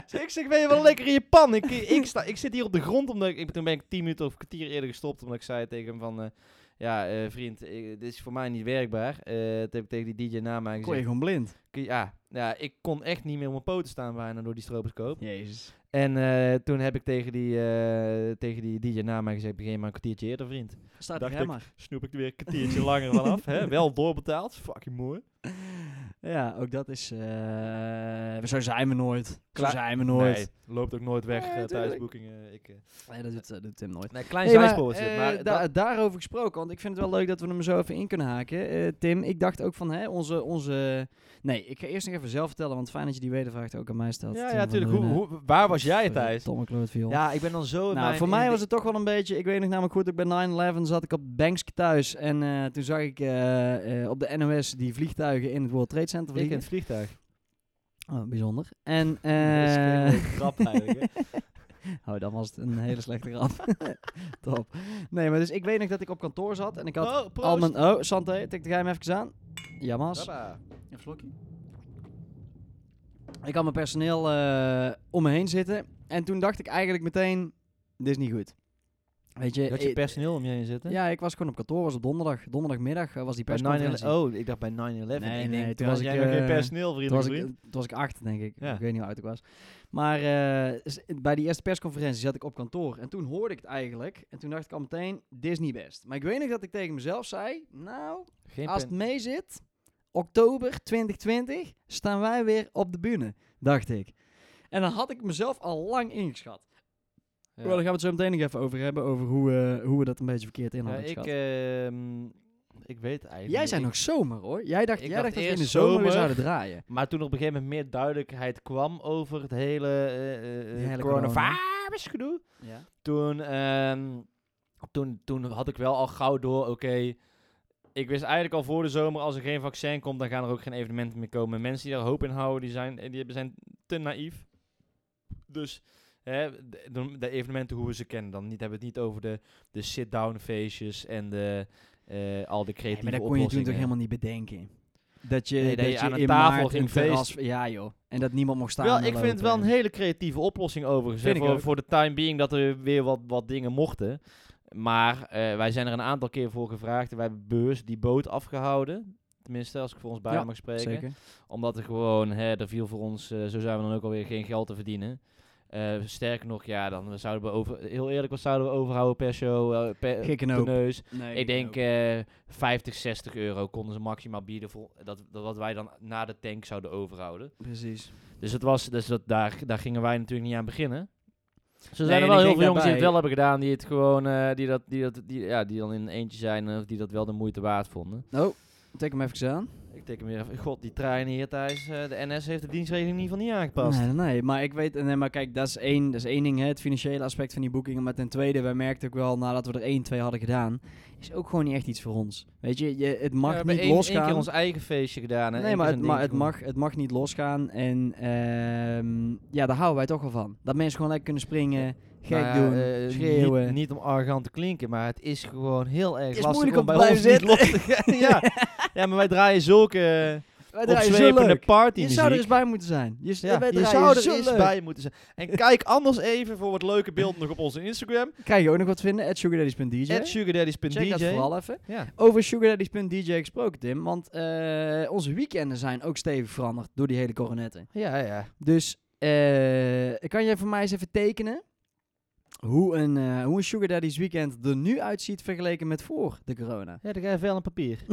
A: Dus ik zeg, ben je wel lekker in je pan? Ik, ik, sta, ik zit hier op de grond, omdat ik, ik- toen ben ik tien minuten of een kwartier eerder gestopt, omdat ik zei tegen hem van, eh, ja, eh, vriend, ik- dit is voor mij niet werkbaar. Eh dat heb ik tegen die DJ na mij
B: kon je
A: gezegd.
B: gewoon blind.
A: Kun je- Ja, ja, ik kon echt niet meer op mijn poten staan bijna door die stroboscoop.
B: Jezus.
A: En eh, toen heb ik tegen die, eh, tegen die DJ na mij gezegd, begin maar een kwartiertje eerder, vriend.
B: Staat
A: Dacht
B: er
A: ik.
B: maar.
A: Snoep ik er weer een kwartiertje langer vanaf, hè? Wel doorbetaald, fucking mooi.
B: Ja, ook dat is... eh, zo zijn we nooit. Zo
A: Klaar-
B: zijn we nooit.
A: Nee, loopt ook nooit weg
B: Nee,
A: eh, tijdens
B: tuurlijk.
A: boekingen. Ik, eh.
B: Nee, dat doet, dat doet Tim nooit.
A: nee, klein
B: Hey,
A: hey,
B: maar,
A: zijspoor is het,
B: eh,
A: maar
B: da-
A: dat-
B: daarover gesproken, want ik vind het wel leuk dat we hem zo even in kunnen haken. Eh, Tim, ik dacht ook van hè, onze, onze. Nee, ik ga eerst nog even zelf vertellen, want fijn dat je die wedervraag ook aan mij stelt.
A: ja,
B: Tim
A: ja,
B: van eh,
A: tuurlijk. Hoe,
B: Loenen.
A: hoe- waar was jij thuis?
B: Verdomme klootviool.
A: Ja, ik ben dan zo... in
B: Nou,
A: mijn-
B: voor
A: in
B: mij
A: de-
B: was het toch wel een beetje. Ik weet nog namelijk goed, ik bij 9-11 zat ik op Banksy thuis. En eh, toen zag ik eh, eh, op de NOS die vliegtuigen in het World Trade Center
A: Ik in
B: vliegen.
A: het vliegtuig.
B: Oh, bijzonder. En.
A: dat is geen
B: eh,
A: leuke grap eigenlijk, hè.
B: oh, dan was het een hele slechte grap. Top. Nee, maar dus ik weet nog dat ik op kantoor zat en ik had
A: Oh, proost.
B: Al mijn, oh, Santé, tik jij hem even aan. Ja, Mas.
A: Hoppa.
B: Een slokje. Ik had mijn personeel eh, om me heen zitten. En toen dacht ik eigenlijk meteen, dit is niet goed. Weet je,
A: Je had je
B: ik-
A: personeel om je heen zitten?
B: ja, ik was gewoon op kantoor, was op donderdag. Donderdagmiddag eh, was die
A: Bij
B: persconferentie.
A: 9-11. Oh, ik dacht bij 9-11. Ik
B: Nee,
A: denk,
B: nee, toen
A: had
B: was
A: jij
B: ik,
A: nog geen
B: eh,
A: personeel, vriend.
B: Toen was, ik,
A: vriend.
B: toen was ik acht, denk ik.
A: Ja.
B: Ik weet niet hoe oud ik was. Maar eh, s- bij die eerste persconferentie zat ik op kantoor. En toen hoorde ik het eigenlijk. En toen dacht ik al meteen, dit is niet best. Maar ik weet nog dat ik tegen mezelf zei, nou,
A: Geen
B: Als het
A: pen-
B: mee zit, oktober 2020, staan wij weer op de bühne, dacht ik. En dan had ik mezelf al lang ingeschat.
A: Ja.
B: Wel, daar gaan we het zo meteen nog even over hebben, over hoe, eh, hoe we dat een beetje verkeerd in
A: Ja,
B: hadden
A: ik,
B: geschat.
A: ehm, ik weet eigenlijk...
B: jij
A: niet.
B: zei
A: Ik-
B: nog zomer hoor. Jij dacht,
A: Ik
B: jij
A: dacht
B: dacht dat we in
A: eerst
B: de zomer, weer
A: zomer.
B: zouden draaien.
A: Maar toen er op een gegeven moment meer duidelijkheid kwam over het hele, eh, eh, eh,
B: hele corona.
A: coronavirus gedoe,
B: Ja.
A: toen, ehm, toen, toen had ik wel al gauw door, oké, ik wist eigenlijk al voor de zomer, als er geen vaccin komt, dan gaan er ook geen evenementen meer komen. Mensen die daar hoop in houden, die zijn, die hebben- zijn te naïef. Dus hè, de, de- de evenementen hoe we ze kennen, dan niet, hebben we het niet over de, de sit-down feestjes en de, eh, al de creatieve
B: maar dat kon je
A: oplossingen.
B: toen toch helemaal niet bedenken. Dat je,
A: Nee, dat
B: dat
A: je aan een
B: in
A: tafel
B: maart
A: ging
B: een terras- Ja joh, en dat niemand mocht staan.
A: Wel,
B: en
A: ik vind het wel
B: lopen.
A: een hele creatieve oplossing overigens. hè,
B: Vind ik
A: voor,
B: ook.
A: voor de time being dat er weer wat, wat dingen mochten. Maar eh, wij zijn er een aantal keer voor gevraagd. En wij hebben bewust die boot afgehouden. Tenminste, als ik voor ons bij
B: Ja,
A: mag spreken.
B: Zeker.
A: Omdat er gewoon, hè, er viel voor ons, eh, zo zijn we dan ook alweer, geen geld te verdienen. Eh, sterker nog, ja, dan zouden we over... Heel eerlijk, wat zouden we overhouden per show, eh, per,
B: Gekke
A: per
B: hoop.
A: neus?
B: Nee,
A: Ik denk eh 50, 60 euro konden ze maximaal bieden voor dat, dat wat wij dan na de tank zouden overhouden.
B: Precies.
A: Dus, het was, dus dat, daar, daar gingen wij natuurlijk niet aan beginnen. Zo
B: Nee,
A: zijn
B: en
A: er wel heel
B: ik denk
A: veel jongens die het
B: daarbij-
A: wel hebben gedaan, die het gewoon, eh, die, dat, die, dat, die, ja, die dan in een eentje zijn eh, of die dat wel de moeite waard vonden.
B: Oh, tik hem even aan.
A: Ik tik hem weer even, god, die treinen hier thuis, eh, de NS heeft de dienstregeling niet van niet aangepast.
B: Nee, nee, maar ik weet, nee, maar kijk, dat is één, dat is één ding, hè, het financiële aspect van die boekingen. Maar ten tweede, wij merkten ook wel, nadat we er één, twee hadden gedaan, is ook gewoon niet echt iets voor ons. Weet je, je het mag
A: we hebben
B: niet
A: één- één
B: losgaan.
A: keer ons eigen feestje gedaan. hè, één
B: nee,
A: keer
B: maar, het,
A: zo'n
B: maar
A: dingetje
B: het,
A: doen.
B: mag, het mag niet losgaan. En ehm, ja, daar houden wij toch wel van. Dat mensen gewoon lekker kunnen springen, gek
A: Nou ja,
B: doen,
A: eh, niet-
B: schreeuwen.
A: Niet, om arrogant te klinken, maar het is gewoon heel erg
B: Het is
A: lastig
B: moeilijk om
A: bij
B: te blijven
A: ons niet los te- ja. ja, maar wij draaien zulke
B: Wij draaien zo
A: opzwepende
B: leuk.
A: party
B: Je zou er eens bij moeten zijn. Je,
A: ja,
B: wij
A: je
B: draaien
A: zou er
B: zo
A: eens
B: leuk.
A: bij moeten zijn. En kijk anders even voor wat leuke beelden nog op onze Instagram.
B: Krijg je ook nog wat vinden? At sugardaddies.dj.
A: At
B: Check dat
A: sugardaddies.dj.
B: vooral even.
A: Ja.
B: Over sugardaddies.dj gesproken, Tim. Want eh, onze weekenden zijn ook stevig veranderd door die hele coronetten.
A: ja, ja.
B: Dus eh, kan jij voor mij eens even tekenen hoe een, eh, hoe een Sugar Daddy's weekend er nu uitziet vergeleken met voor de corona?
A: Ja, dan ga je vel en papier.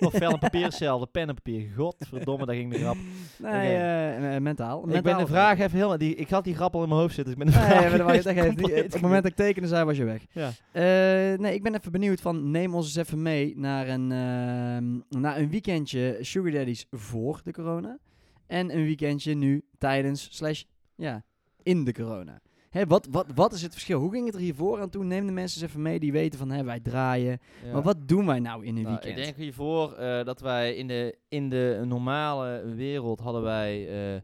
A: of vel en papier is hetzelfde, pen en papier. Godverdomme, daar ging de grap.
B: Nee,
A: Oké.
B: eh, eh, mentaal.
A: ik ben de vraag even helemaal... Die, ik had die grap al in mijn hoofd zitten, dus ik ben de
B: Nee,
A: vraag
B: maar dat wou- dat geeft niet.
A: compleet
B: Op het moment dat ik tekenen zei, was je weg.
A: Ja.
B: Eh, nee, ik ben even benieuwd van, neem ons eens even mee naar een, ehm, naar een weekendje Sugar Daddy's voor de corona. En een weekendje nu tijdens slash, ja, in de corona. Hè, wat, wat, wat is het verschil? Hoe ging het er hiervoor aan toe? Neem de mensen eens even mee die weten van, hè, wij draaien.
A: Ja.
B: Maar wat doen wij nou in een
A: Nou,
B: weekend?
A: Ik denk hiervoor eh, dat wij in de, in de normale wereld hadden wij, eh,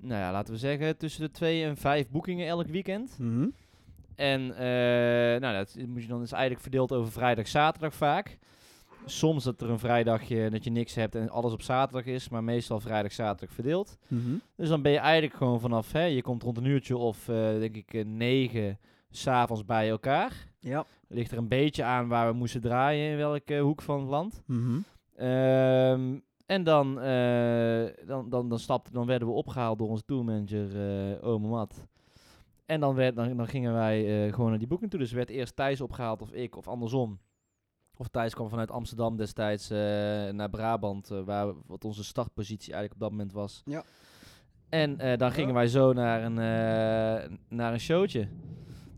A: nou ja, laten we zeggen, tussen de twee en vijf boekingen elk weekend.
B: Mhm.
A: En eh, nou, dat moet je dan is eigenlijk verdeeld over vrijdag, zaterdag vaak. Soms dat er een vrijdagje dat je niks hebt en alles op zaterdag is, maar meestal vrijdag, zaterdag verdeeld.
B: Mhm.
A: Dus dan ben je eigenlijk gewoon vanaf, hè, je komt rond een uurtje of eh, denk ik eh, negen s'avonds bij elkaar.
B: Ja.
A: Ligt er een beetje aan waar we moesten draaien, in welke hoek van het land.
B: Mhm.
A: Ehm, en dan, eh, dan, dan, dan, stapte, dan werden we opgehaald door onze tourmanager eh Ome Mat. En dan, werd, dan, dan gingen wij eh, gewoon naar die boeking toe. Dus werd eerst Thijs opgehaald of ik, of andersom. Of Thijs kwam vanuit Amsterdam destijds eh, naar Brabant, eh, waar, wat onze startpositie eigenlijk op dat moment was.
B: Ja.
A: En eh, dan gingen wij zo naar een, eh, naar een showtje.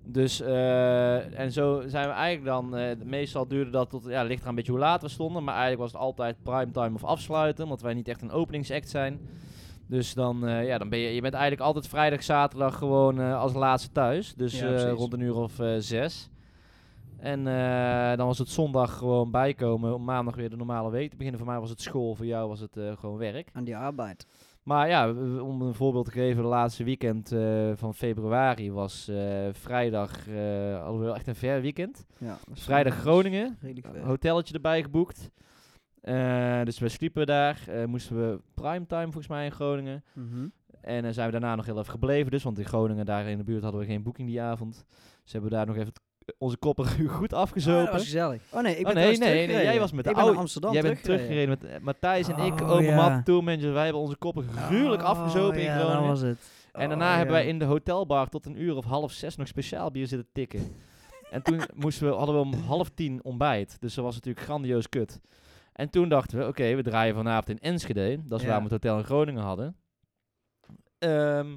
A: Dus, eh, en zo zijn we eigenlijk dan, eh, meestal duurde dat tot, ja, ligt er een beetje hoe laat we stonden, maar eigenlijk was het altijd primetime of afsluiten, omdat wij niet echt een openingsact zijn. Dus dan, eh, ja, dan ben je, je bent eigenlijk altijd vrijdag, zaterdag gewoon eh, als laatste thuis. Dus
B: Ja,
A: eh,
B: precies.
A: rond een uur of eh, zes. En eh, dan was het zondag gewoon bijkomen om maandag weer de normale week te beginnen. Voor mij was het school, voor jou was het eh, gewoon werk.
B: Aan die arbeid.
A: Maar ja, w- w- om een voorbeeld te geven, de laatste weekend eh, van februari was eh, vrijdag, eh hadden we wel echt een ver weekend.
B: Ja.
A: Vrijdag Groningen,
B: Redelijk ver.
A: hotelletje erbij geboekt. Eh, dus we sliepen daar, eh, moesten we primetime volgens mij in Groningen.
B: Mhm.
A: En eh, zijn we daarna nog heel even gebleven dus, want in Groningen, daar in de buurt, hadden we geen boeking die avond. Dus hebben we daar nog even t- onze koppen goed
B: Ah,
A: afgezopen.
B: dat was gezellig. Oh nee, ik ben
A: Oh, nee,
B: thuis
A: nee,
B: teruggereden.
A: nee, jij was met de
B: ik ben naar
A: oude-
B: Amsterdam
A: Jij bent teruggereden met eh, Matthijs en ik,
B: Oh,
A: ook
B: ja.
A: Matt, tourmanager. Wij hebben onze koppen
B: Oh,
A: gruwelijk afgezopen in Groningen.
B: dat was het.
A: En daarna hebben wij in de hotelbar tot een uur of half zes nog speciaal bier zitten tikken. en toen moesten we, hadden we om half tien ontbijt. Dus dat was natuurlijk grandioos kut. En toen dachten we, oké, we draaien vanavond in Enschede. Dat is
B: Ja.
A: waar we het hotel in Groningen hadden. Ehm,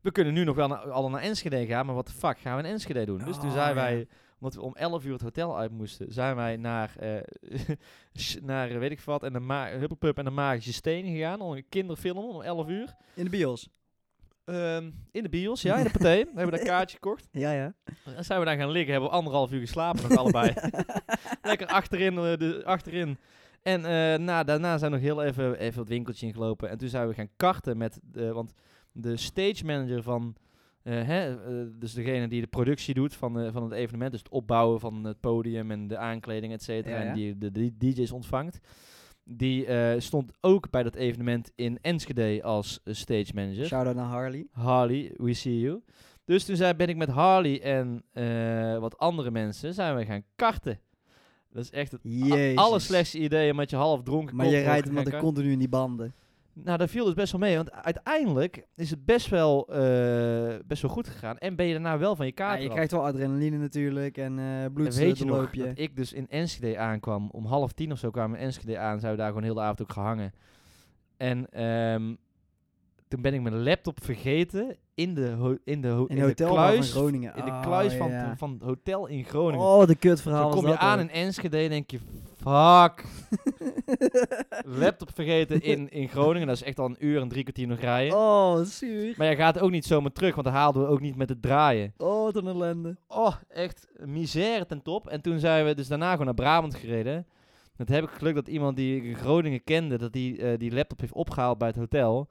A: we kunnen nu nog wel naar, alle naar Enschede gaan, maar wat de fuck gaan we in Enschede doen? Dus toen
B: Oh,
A: zijn
B: ja.
A: wij, omdat we om 11 uur het hotel uit moesten, zijn wij naar, eh, sh- naar eh, weet ik wat, en de ma- Huppelpup en de Magische Steen gegaan. Om een kinderfilm om 11 uur.
B: In de bios.
A: Ehm, in de bios, ja, in de paté. We hebben daar kaartje gekocht.
B: Ja, ja.
A: En zijn we daar gaan liggen, hebben we anderhalf uur geslapen nog allebei. Lekker achterin. eh, de, achterin. En eh, na, daarna zijn we nog heel even, even het winkeltje ingelopen. En toen zijn we gaan karten met, de, want de stage manager van, eh, hè, eh, dus degene die de productie doet van, eh, van het evenement. Dus het opbouwen van het podium en de aankleding, et cetera.
B: Ja, ja.
A: En die de, de DJ's ontvangt. Die eh, stond ook bij dat evenement in Enschede als eh, stage manager.
B: Shout-out naar Harley.
A: Harley, we see you. Dus toen zei, ben ik met Harley en eh, wat andere mensen zijn we gaan karten. Dat is echt het a-
B: Jezus.
A: allerslechtste idee om met je half dronken
B: Maar je
A: kop nog
B: rijdt
A: te
B: hem
A: gaan
B: er
A: karten.
B: continu in die banden.
A: Nou, dat viel dus best wel mee, want uiteindelijk is het best wel, eh, best wel goed gegaan. En ben je daarna wel van je
B: Ja,
A: kaart
B: je
A: af.
B: krijgt wel adrenaline natuurlijk en eh
A: En
B: bloed
A: weet je nog
B: loopje.
A: dat ik dus in Enschede aankwam, om half tien of zo kwamen we in Enschede aan, zijn we daar gewoon heel de avond ook gehangen. En ehm, toen ben ik mijn laptop vergeten in de, ho- in de, ho- in
B: in een
A: de
B: hotel
A: kluis,
B: van Groningen.
A: in de
B: Oh,
A: kluis van,
B: ja.
A: van het hotel in Groningen.
B: Oh, de kutverhaal
A: Toen
B: was
A: kom je
B: dat
A: aan
B: ook.
A: in Enschede en denk je, fuck, laptop vergeten in, in Groningen. Dat is echt al een uur en drie kwartier nog rijden.
B: Oh, wat zuur.
A: Maar je gaat ook niet zomaar terug, want dat haalden we ook niet met het draaien.
B: Oh, wat een ellende.
A: Oh, echt misère ten top. En toen zijn we dus daarna gewoon naar Brabant gereden. Dat heb ik geluk dat iemand die ik in Groningen kende, dat die eh, die laptop heeft opgehaald bij het hotel.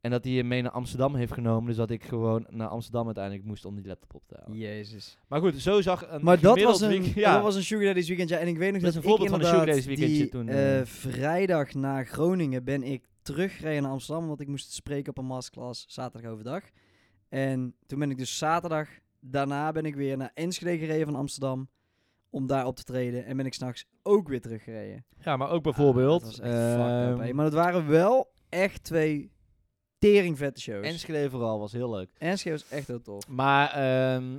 A: En dat hij hem mee naar Amsterdam heeft genomen. Dus dat ik gewoon naar Amsterdam uiteindelijk moest om die laptop op te halen.
B: Jezus.
A: Maar goed, zo zag een
B: Maar dat
A: gemiddeld
B: was, een,
A: week- ja.
B: dat was een Sugar Daddy's weekend. Ja, en ik weet nog
A: Dat
B: dat,
A: is een voorbeeld
B: ik
A: van een
B: inderdaad
A: Sugar Daddy's
B: die,
A: weekendje toen,
B: eh,
A: eh.
B: vrijdag na Groningen ben ik teruggereden naar Amsterdam, want ik moest spreken op een masterclass zaterdag overdag. En toen ben ik dus zaterdag, daarna ben ik weer naar Enschede gereden van Amsterdam om daar op te treden. En ben ik s'nachts ook weer teruggereden.
A: ja, maar ook bijvoorbeeld.
B: Ah, dat was echt fucked up,
A: ehm,
B: hé. Maar het waren wel echt twee teringvette shows.
A: Enschede vooral was heel leuk.
B: Enschede was echt heel tof.
A: Maar ehm,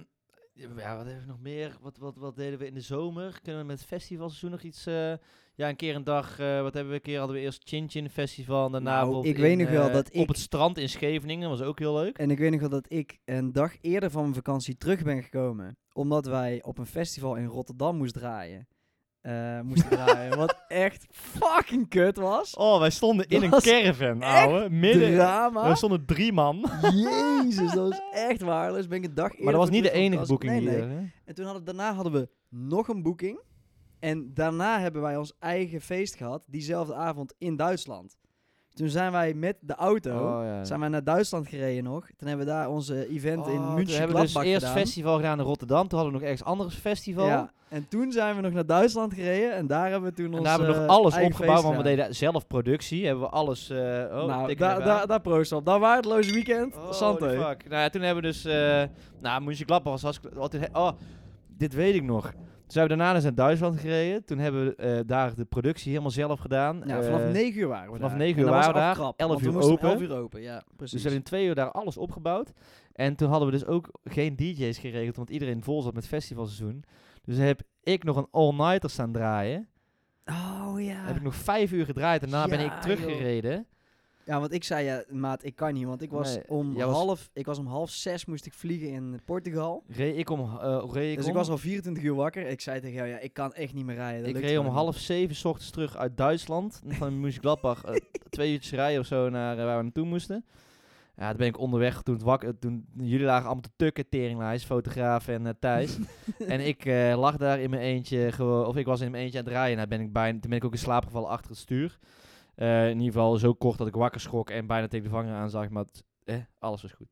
A: ja, wat hebben we nog meer? Wat, wat, wat deden we in de zomer? Kunnen we met het festivalseizoen nog iets? eh, ja, een keer een dag. eh, wat hebben we een keer? Hadden we eerst Chin Chin Festival. en Daarna
B: Nou,
A: bijvoorbeeld
B: ik weet
A: in,
B: nog wel
A: eh,
B: dat ik-
A: Op het strand in Scheveningen was ook heel leuk.
B: En ik weet nog wel dat ik een dag eerder van mijn vakantie terug ben gekomen. Omdat wij op een festival in Rotterdam moesten draaien. Eh, moesten draaien. Wat echt fucking kut was.
A: Oh, wij stonden in
B: Dat
A: een
B: was
A: caravan,
B: echt
A: ouwe. Midden.
B: Drama.
A: Er stonden drie man.
B: Jezus, dat was echt waardeloos. Ben ik een dag eerder.
A: Maar dat was
B: van
A: niet de
B: terug van
A: enige
B: vakantie-
A: boeking
B: nee,
A: hier.
B: nee. En toen hadden, daarna hadden we nog een boeking. En daarna hebben wij ons eigen feest gehad. Diezelfde avond in Duitsland. Toen zijn wij met de auto.
A: Oh, ja.
B: Zijn wij naar Duitsland gereden nog. Toen hebben we daar onze event in München
A: we hebben dus eerst
B: gedaan.
A: festival gedaan in Rotterdam. Toen hadden we nog ergens anders festival.
B: Ja, en toen zijn we nog naar Duitsland gereden en daar hebben we toen ons
A: En daar hebben we nog
B: eh,
A: alles
B: eigen
A: opgebouwd,
B: feest
A: want we
B: gedaan.
A: deden zelf productie. Hebben we alles... eh oh,
B: nou,
A: tikken
B: daar
A: even
B: daar
A: aan.
B: daar proost op. Dat waardeloos weekend.
A: Oh,
B: Santé.
A: die fuck. Nou ja, toen hebben we dus... eh nou, Mönchengladbach was hartstikke... wat een he- Oh, dit weet ik nog. Toen zijn we daarna dus naar Duitsland gereden. Toen hebben we eh, daar de productie helemaal zelf gedaan.
B: Ja,
A: Eh,
B: vanaf 9 uur waren we
A: vanaf
B: daar.
A: 9
B: En
A: uur
B: dat was
A: waren we daar,
B: aftrap,
A: 11
B: want we
A: uur
B: moesten om
A: open.
B: 11 uur open, ja,
A: Dus
B: precies.
A: we hebben in twee uur daar alles opgebouwd. En toen hadden we dus ook geen DJ's geregeld, want iedereen vol zat met festivalseizoen. Dus heb ik nog een all-nighter staan draaien.
B: oh ja.
A: Heb ik nog vijf uur gedraaid en daarna ben
B: Ja,
A: ik
B: joh.
A: teruggereden.
B: Ja, want ik zei ja, maat, ik kan niet, want ik was
A: Nee,
B: om
A: jij was-
B: half, ik was om half zes moest ik vliegen in Portugal.
A: Reed ik om... eh, reed ik
B: dus
A: om?
B: ik was al 24 uur wakker. Ik zei tegen jou, ja, ik kan echt niet meer rijden. dat
A: Ik
B: lukt
A: reed om
B: gewoon niet.
A: half zeven 's ochtends terug uit Duitsland. Van Mönchengladbach. eh, twee uurtjes rijden of zo naar eh, waar we naartoe moesten. Ja, toen ben ik onderweg. Toen, het wak, eh, toen jullie lagen allemaal te tukken. Teringlijst, fotograaf en eh, Thijs. en ik eh, lag daar in mijn eentje. Gewoon, of ik was in mijn eentje aan het rijden. Nou, ben ik bijna, toen ben ik ook in slaap gevallen achter het stuur. Eh, in ieder geval zo kort dat ik wakker schrok. En bijna tegen de vanger aanzag. Maar het- eh, alles was goed.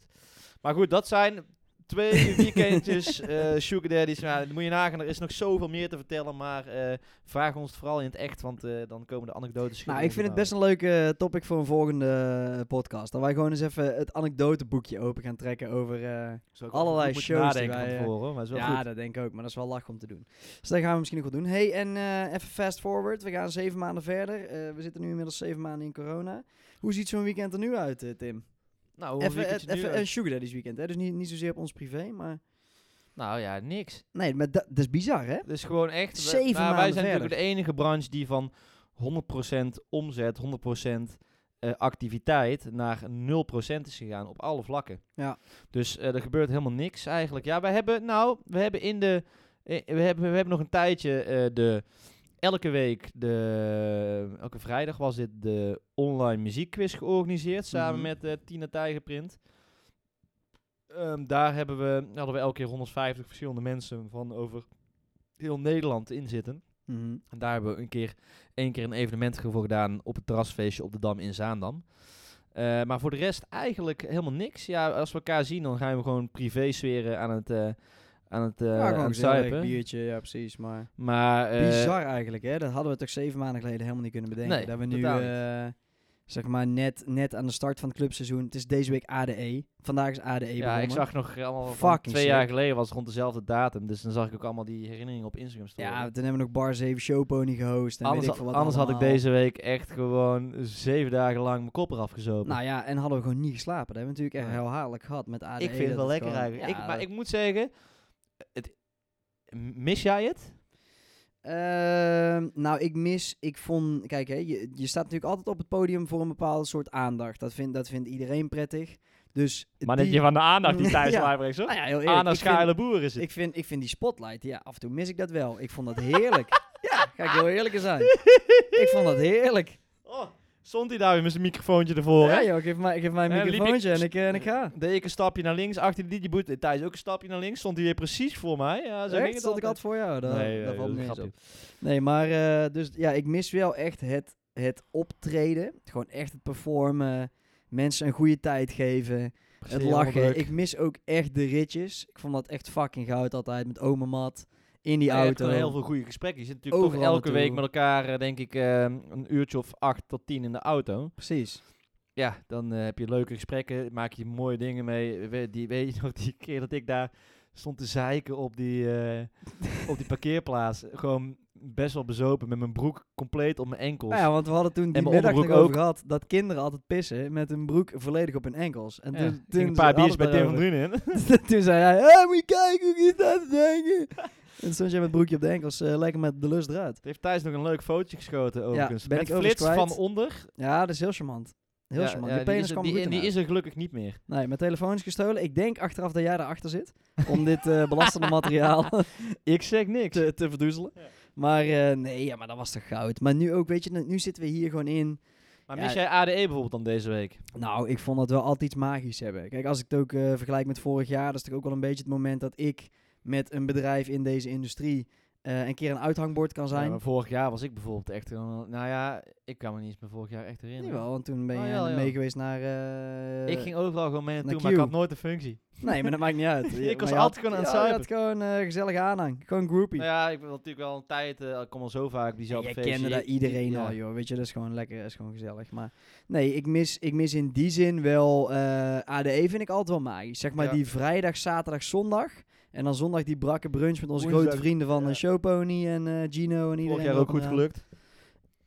A: Maar goed, dat zijn... Twee weekendjes, eh Sugar Daddy's. Nou, dat moet je nagaan, er is nog zoveel meer te vertellen. Maar eh, vraag ons het vooral in het echt, want eh, dan komen de anekdotes.
B: Nou, ik vind het best een leuke topic voor een volgende eh, podcast. Dat wij gewoon eens even het anekdoteboekje open gaan trekken over... eh,
A: een
B: allerlei shows die
A: nadenken
B: wij,
A: van
B: eh,
A: tevoren, hoor, maar het is wel
B: ja,
A: goed.
B: dat denk ik ook, maar dat is wel lach om te doen. Dus dat gaan we misschien ook wel doen. Hey, en eh, even fast forward. We gaan zeven maanden verder. Eh, we zitten nu inmiddels zeven maanden in corona. Hoe ziet zo'n weekend er nu uit, eh, Tim?
A: Nou, hoe
B: Even,
A: even,
B: eh, even een Sugar Daddy's weekend, hè? Dus niet, niet zozeer op ons privé, maar...
A: nou ja, niks.
B: Nee, maar dat, dat is bizar, hè?
A: Dus gewoon echt. we-
B: Zeven
A: maar wij zijn
B: maanden verder.
A: natuurlijk de enige branche die van 100% omzet, 100% eh, activiteit naar 0% is gegaan op alle vlakken.
B: Ja.
A: Dus eh, er gebeurt helemaal niks eigenlijk. Ja, wij hebben, nou, we hebben in de, eh, we hebben, we hebben nog een tijdje eh, de, elke week, de, elke vrijdag was dit de online muziekquiz georganiseerd, samen
B: Mhm.
A: met eh, Tina Tijgerprint. Ehm, daar hebben we, hadden we elke keer 150 verschillende mensen van over heel Nederland in zitten.
B: Mhm.
A: En daar hebben we een keer, één keer een evenement voor gedaan op het terrasfeestje op de Dam in Zaandam. Eh, maar voor de rest eigenlijk helemaal niks. Ja, als we elkaar zien, dan gaan we gewoon privé sferen aan het, eh, aan het, eh
B: ja,
A: aan
B: gewoon
A: het
B: gezellig,
A: zuipen.
B: biertje, ja, precies, maar...
A: Maar eh,
B: Bizar eigenlijk, hè? Dat hadden we toch zeven maanden geleden helemaal niet kunnen bedenken.
A: Nee,
B: dat we nu
A: totaal
B: eh, zeg maar net, net aan de start van het clubseizoen. Het is deze week ADE. Vandaag is ADE
A: Ja,
B: begonnen.
A: ik zag nog allemaal van
B: Fucking
A: twee jaar
B: sick.
A: geleden was het rond dezelfde datum. Dus dan zag ik ook allemaal die herinneringen op Instagram staan.
B: Ja, toen hebben we nog Bar 7 Showpony gehost. En
A: anders
B: weet ik veel wat
A: anders had ik
B: allemaal.
A: deze week echt gewoon zeven dagen lang mijn kop eraf gezopen.
B: Nou ja, en hadden we gewoon niet geslapen. Dat hebben we natuurlijk echt
A: Nee.
B: herhaaldelijk gehad met ADE.
A: ik vind het
B: dat
A: wel lekker
B: gewoon-
A: eigenlijk.
B: Ja,
A: ik, maar
B: dat-
A: ik moet zeggen, het, mis jij het?
B: Ehm, nou, ik mis, ik vond, kijk, hè, je, je staat natuurlijk altijd op het podium voor een bepaalde soort aandacht. Dat vindt dat vindt iedereen prettig. Dus
A: Maar
B: die,
A: dat je van de aandacht die thuis
B: Ja.
A: ja. brengt, hoor.
B: nou ja, heel eerlijk,
A: Aan een
B: ik, vind,
A: schuile boer is het.
B: ik, vind, ik vind die spotlight, ja, af en toe mis ik dat wel. Ik vond dat heerlijk. ja, ga ik heel eerlijk in zijn. ik vond dat heerlijk.
A: Oh, stond hij daar weer met zijn microfoontje ervoor, hè?
B: Ja joh, geef mij, geef mij
A: Ja,
B: een
A: liep ik-
B: microfoontje en ik, eh, en ik ga.
A: Deed ik een stapje naar links, achter die DJ boot. Thijs ook een stapje naar links, stond hij weer precies voor mij. Ja, zo ging
B: Echt?
A: het
B: Stond ik altijd voor jou? Dat,
A: Nee, eh, nee,
B: dat valt
A: dat
B: me
A: is
B: niet
A: een
B: eens op. Nee, maar eh, dus ja, ik mis wel echt het, het optreden. Gewoon echt het performen. Mensen een goede tijd geven. Het lachen. Ik mis ook echt de ritjes. Ik vond dat echt fucking goud altijd. Met oma Mat. In die
A: Ja, je hebt
B: auto.
A: gewoon heel veel goede gesprekken. Je zit natuurlijk toch
B: Overal
A: elke week
B: naartoe.
A: met elkaar, eh, denk ik, eh, een uurtje of acht tot tien in de auto.
B: Precies.
A: Ja, dan eh, heb je leuke gesprekken, maak je mooie dingen mee. We- die, weet je nog, die keer dat ik daar stond te zeiken op die, eh, op die parkeerplaats. Gewoon best wel bezopen, met mijn broek compleet op mijn enkels.
B: Nou ja, want we hadden toen die
A: mijn
B: middag nog
A: onderbroek
B: over
A: ook.
B: gehad dat kinderen altijd pissen met hun broek volledig op hun enkels. En
A: Ja,
B: toen,
A: ging
B: toen
A: een paar
B: hadden
A: biertjes bij
B: we
A: Tim van
B: het
A: Drunen in.
B: daarover. toen zei hij, "Ah, moet je kijken hoe je staat te denken. en stond jij met broekje op de enkels eh, lekker met de lust eruit.
A: Het heeft Thijs nog een leuk fotootje geschoten overigens.
B: ben
A: Met
B: ik
A: flits
B: overigens
A: van
B: kwijt.
A: onder.
B: Ja, dat is heel charmant. Heel
A: Ja,
B: charmant.
A: ja,
B: die
A: die,
B: penis
A: is er,
B: kwam
A: die-
B: goed in
A: die
B: uit.
A: is er gelukkig niet meer.
B: Nee, mijn telefoon is gestolen. Ik denk achteraf dat jij daarachter zit. Om dit eh, belastende materiaal
A: Ik zeg niks.
B: te, te verdoezelen.
A: Ja.
B: Maar eh, nee, ja, maar dat was toch goud. Maar nu ook, weet je, nu- nu zitten we hier gewoon in.
A: Maar
B: Ja.
A: mis jij ADE bijvoorbeeld dan deze week?
B: Nou, ik vond dat wel altijd iets magisch hebben. Kijk, als ik het ook eh, vergelijk met vorig jaar, dat is toch ook wel een beetje het moment dat ik met een bedrijf in deze industrie eh, een keer een uithangbord kan
A: Ja,
B: zijn.
A: maar vorig jaar was ik bijvoorbeeld echt... gewoon- Nou ja, ik kan me niet eens meer vorig jaar echt herinneren.
B: Jawel, want toen ben
A: Oh,
B: je
A: ja, ja.
B: mee geweest naar... eh,
A: ik ging overal gewoon mee naartoe,
B: naar
A: maar ik
B: Q.
A: had nooit een functie.
B: Nee, maar dat maakt niet uit.
A: Ik
B: Ja,
A: was
B: maar je
A: altijd gewoon aan het
B: ja, Je had
A: zuipen.
B: gewoon eh, gezellige aanhang. Gewoon groupie.
A: Nou ja, ik ben natuurlijk wel een tijd... eh, ik kom al zo vaak op
B: Ja,
A: diezelfde
B: jij
A: feestjes.
B: kende daar
A: Ik-
B: iedereen
A: ja.
B: al, joh. Weet je, dat is gewoon lekker, dat is gewoon gezellig. Maar nee, ik mis, ik mis in die zin wel... eh, ADE vind ik altijd wel magisch. Zeg maar
A: Ja.
B: die vrijdag, zaterdag, zondag. En dan zondag die brakke brunch met onze
A: Woensdag,
B: grote vrienden van
A: ja.
B: eh, Showpony en eh, Gino en iedereen.
A: Vorig jaar
B: erop
A: ook
B: en
A: goed
B: eraan.
A: gelukt.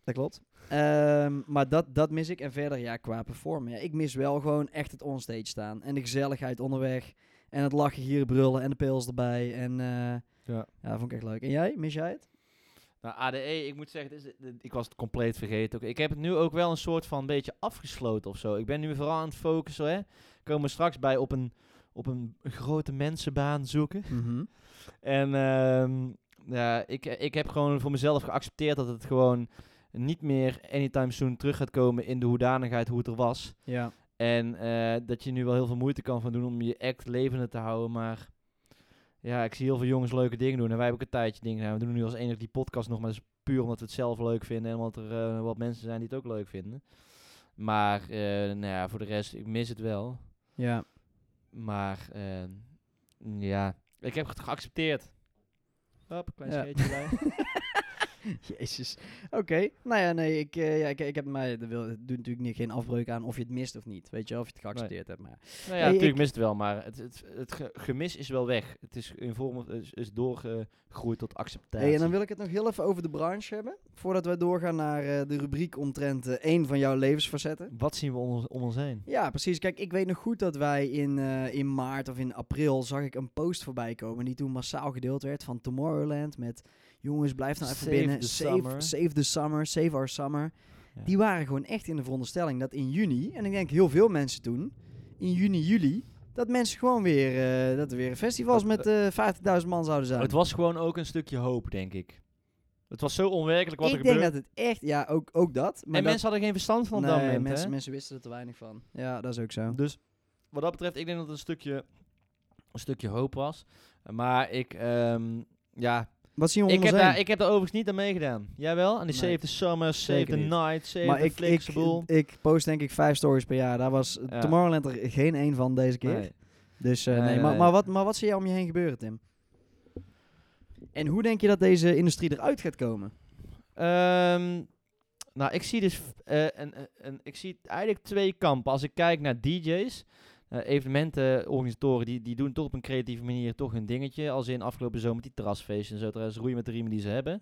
B: Dat klopt. Ehm, maar dat, dat mis ik. En verder, ja, qua performen. Ja, ik mis wel gewoon echt het onstage staan. En de gezelligheid onderweg. En het lachen hier, brullen en de pils erbij. En eh,
A: Ja.
B: ja, dat vond ik echt leuk. En jij, mis jij het?
A: Nou, ADE, ik moet zeggen, het is- ik was het compleet vergeten. ook. Ik heb het nu ook wel een soort van beetje afgesloten of zo. Ik ben nu vooral aan het focussen. Hè. Komen we straks bij op een, op een grote mensenbaan zoeken. En ehm, ja, ik, ik heb gewoon voor mezelf geaccepteerd dat het gewoon niet meer anytime soon terug gaat komen in de hoedanigheid hoe het er was.
B: Ja.
A: En eh, dat je nu wel heel veel moeite kan van doen om je act levende te houden. Maar ja, ik zie heel veel jongens leuke dingen doen. En wij hebben ook een tijdje dingen gedaan. We doen nu als enig die podcast nog, maar dat is puur omdat we het zelf leuk vinden. En omdat er eh, wat mensen zijn die het ook leuk vinden. Maar eh, nou ja, voor de rest, ik mis het wel.
B: Ja.
A: Maar eh, ja, ik heb het geaccepteerd. Hop, klein
B: Ja.
A: scheetje erbij.
B: Jezus. Oké. Nou ja, nee, ik, eh, ja, ik, ik heb mij, dat wil, het doet natuurlijk niet, geen afbreuk aan of je het mist of niet. Weet je, wel, of je het geaccepteerd hebt. Maar
A: nou ja,
B: Hey,
A: natuurlijk
B: ik-
A: mist het wel, maar het, het, het ge- gemis is wel weg. Het is, in vorm, is, is doorgegroeid tot acceptatie.
B: Hey, en dan wil ik het nog heel even over de branche hebben. Voordat wij doorgaan naar eh, de rubriek omtrent eh, één van jouw levensfacetten.
A: Wat zien we om, ons- om ons heen?
B: Ja, precies. Kijk, ik weet nog goed dat wij in, eh, in maart of in april zag ik een post voorbij komen die toen massaal gedeeld werd van Tomorrowland met jongens, blijf nou even
A: Save
B: binnen.
A: the
B: save,
A: summer."
B: save the summer, save our summer.
A: Ja.
B: Die waren gewoon echt in de veronderstelling dat in juni, en ik denk heel veel mensen toen, in juni, juli, dat mensen gewoon weer, eh, dat er weer festivals
A: Dat-
B: met eh 50.000 man zouden zijn.
A: Het was gewoon ook een stukje hoop, denk ik. Het was zo onwerkelijk wat
B: ik
A: er
B: denk
A: gebeurde.
B: dat het echt, ja, ook, ook dat. Maar
A: en
B: dat-
A: mensen hadden geen verstand van op dat
B: nee,
A: moment,
B: mensen,
A: hè?
B: mensen wisten er te weinig van. Ja, dat is ook zo.
A: Dus wat dat betreft, ik denk dat het een stukje, een stukje hoop was. Maar ik, ehm, ja,
B: Wat zien we om
A: Ik
B: ons
A: heb,
B: heen?
A: daar, ik heb daar overigens niet aan meegedaan. Jij wel? Aan die
B: Nee.
A: Save the Summer, Save
B: Zeker
A: the
B: niet.
A: Night, Save
B: maar
A: the
B: ik, ik,
A: Flexible.
B: ik post denk ik vijf stories per jaar. Daar was
A: Ja.
B: Tomorrowland er geen één van deze keer.
A: Nee.
B: Dus eh,
A: Nee,
B: nee, maar,
A: nee.
B: maar, wat, maar wat zie jij om je heen gebeuren, Tim? En hoe denk je dat deze industrie eruit gaat komen?
A: Ehm, Nou, ik zie dus eh, een, een- een- ik zie eigenlijk twee kampen. Als ik kijk naar DJ's, eh evenementenorganisatoren, die, die doen toch op een creatieve manier toch hun dingetje. Als in afgelopen zomer met die terrasfeesten en zo. Trouwens, roeien met de riemen die ze hebben.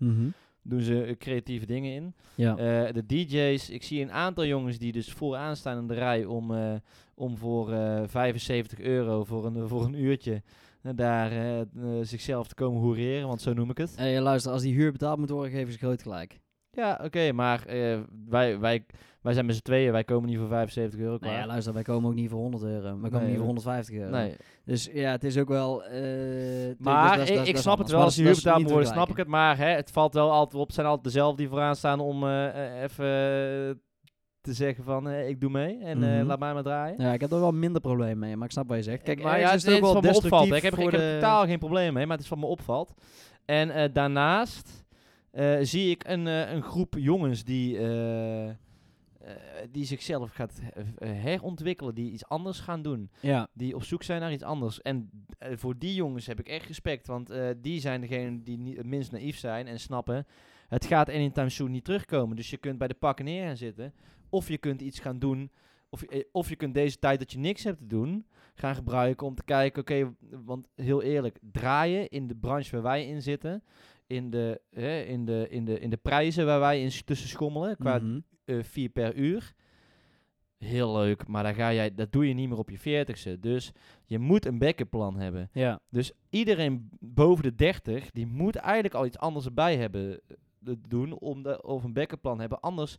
A: Doen ze eh, creatieve dingen in.
B: Ja.
A: Eh, de DJ's, ik zie een aantal jongens die dus vooraan staan in de rij om, eh, om voor eh 75 euro voor een, voor een uurtje eh, daar eh, eh, zichzelf te komen hoereren, want zo noem ik het.
B: Eh, luister, als die huur betaald moet worden, geven ze groot gelijk.
A: Ja, oké, maar eh, wij, wij, wij zijn met z'n tweeën, wij komen niet voor 75 euro
B: Nou ja,
A: klaar.
B: luister, wij komen ook niet voor 100 euro. Wij komen
A: Nee,
B: niet
A: we-
B: voor 150 euro.
A: nee,
B: Dus ja, het is ook wel... eh, dus
A: maar
B: dat is- dat is-
A: ik,
B: dat is
A: ik snap het
B: anders.
A: wel,
B: Maar
A: als die
B: dat
A: huur
B: is- dat
A: betaald moet
B: is niet
A: worden,
B: te
A: snap ik het. Maar hè, het valt wel altijd op, het zijn altijd dezelfde die vooraan staan om eh, eh, even eh, te zeggen van, eh, ik doe mee en eh,
B: Mhm.
A: laat mij maar draaien.
B: Ja, ik heb er wel minder probleem mee, maar ik snap wat je zegt. Kijk,
A: maar ja,
B: ergens
A: het is
B: ook
A: wel
B: wel
A: van me opvalt. hè. Ik
B: destructief
A: heb, ik
B: voor
A: heb
B: de-
A: er totaal geen probleem mee, maar het is van me opvalt. En eh, daarnaast eh, zie ik een, eh, een groep jongens die, eh, eh, die zichzelf gaat eh, herontwikkelen, die iets anders gaan doen.
B: Ja,
A: Die op zoek zijn naar iets anders. En eh, voor die jongens heb ik echt respect, want eh, die zijn degene die niet, het minst naïef zijn en snappen... Het gaat anytime soon niet terugkomen, dus je kunt bij de pakken neer gaan zitten. Of je kunt iets gaan doen of, je- eh, of je kunt deze tijd dat je niks hebt te doen gaan gebruiken om te kijken, oké, want heel eerlijk, draaien in de branche waar wij in zitten, in de, hè, in de, in de, in de prijzen waar wij in s- tussen schommelen, qua
B: mhm.
A: eh, vier per uur, heel leuk, maar daar ga jij, dat doe je niet meer op je veertigste. Dus je moet een backup plan hebben.
B: ja.
A: Dus iedereen boven de 30, die moet eigenlijk al iets anders erbij hebben eh, te doen om de, of een backup plan hebben. Anders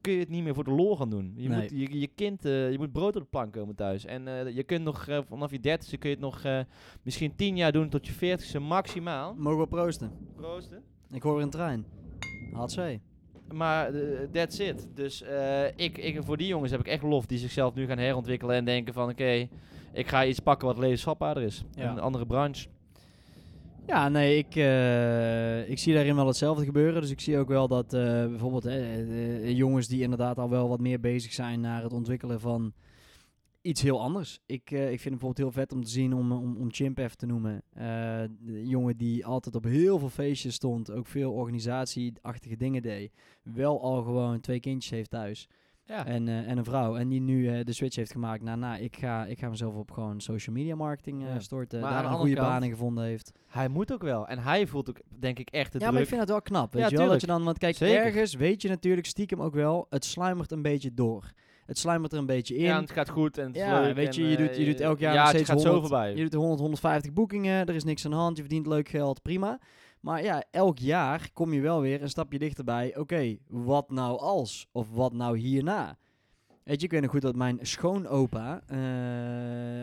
A: kun je het niet meer voor de lol gaan doen. Je,
B: Nee.
A: moet, je, je kind, eh, je moet brood op de plank komen thuis. En eh, je kunt nog eh, vanaf je 30ste kun je het nog eh, misschien 10 jaar doen tot je 40ste maximaal.
B: Mogen we proosten?
A: Proosten.
B: Ik hoor een trein. HC.
A: Maar eh, that's it. Dus eh, ik, ik, voor die jongens heb ik echt lof die zichzelf nu gaan herontwikkelen en denken van oké, ik ga iets pakken wat levensvatbaarder is.
B: Ja.
A: Een andere branche.
B: Ja, nee, ik, eh, ik zie daarin wel hetzelfde gebeuren. Dus ik zie ook wel dat eh, bijvoorbeeld eh, eh, jongens die inderdaad al wel wat meer bezig zijn naar het ontwikkelen van iets heel anders. Ik, eh, ik vind het bijvoorbeeld heel vet om te zien, om, om, om Chimp even te noemen. Eh, de jongen die altijd op heel veel feestjes stond, ook veel organisatieachtige dingen deed. Wel al gewoon twee kindjes heeft thuis.
A: Ja.
B: En, eh, en een vrouw. En die nu eh, de switch heeft gemaakt naar, nou, ik ga, ik ga mezelf op gewoon social media marketing eh,
A: Ja.
B: storten.
A: Maar aan
B: daar
A: de
B: een
A: andere
B: goede
A: kant-
B: baan in gevonden heeft.
A: Hij moet ook wel. En hij voelt ook, denk ik, echt de
B: Ja, maar
A: druk.
B: ik vind het wel knap, weet
A: Ja,
B: je wel. Dat je
A: tuurlijk.
B: dan, want kijk,
A: Zeker.
B: ergens weet je natuurlijk stiekem ook wel, het sluimert een beetje door. Het sluimert er een beetje in.
A: Ja, en het gaat goed en het is
B: Ja,
A: leuk
B: weet
A: en,
B: je, je
A: eh,
B: doet, je doet elk jaar
A: ja,
B: nog
A: het
B: steeds
A: gaat
B: 100,
A: zo voorbij.
B: Je doet 100, 150 boekingen, er is niks aan de hand, je verdient leuk geld, prima. Maar ja, elk jaar kom je wel weer een stapje dichterbij. Oké, wat nou als? Of wat nou hierna? Weet je, ik weet nog goed dat mijn schoonopa eh,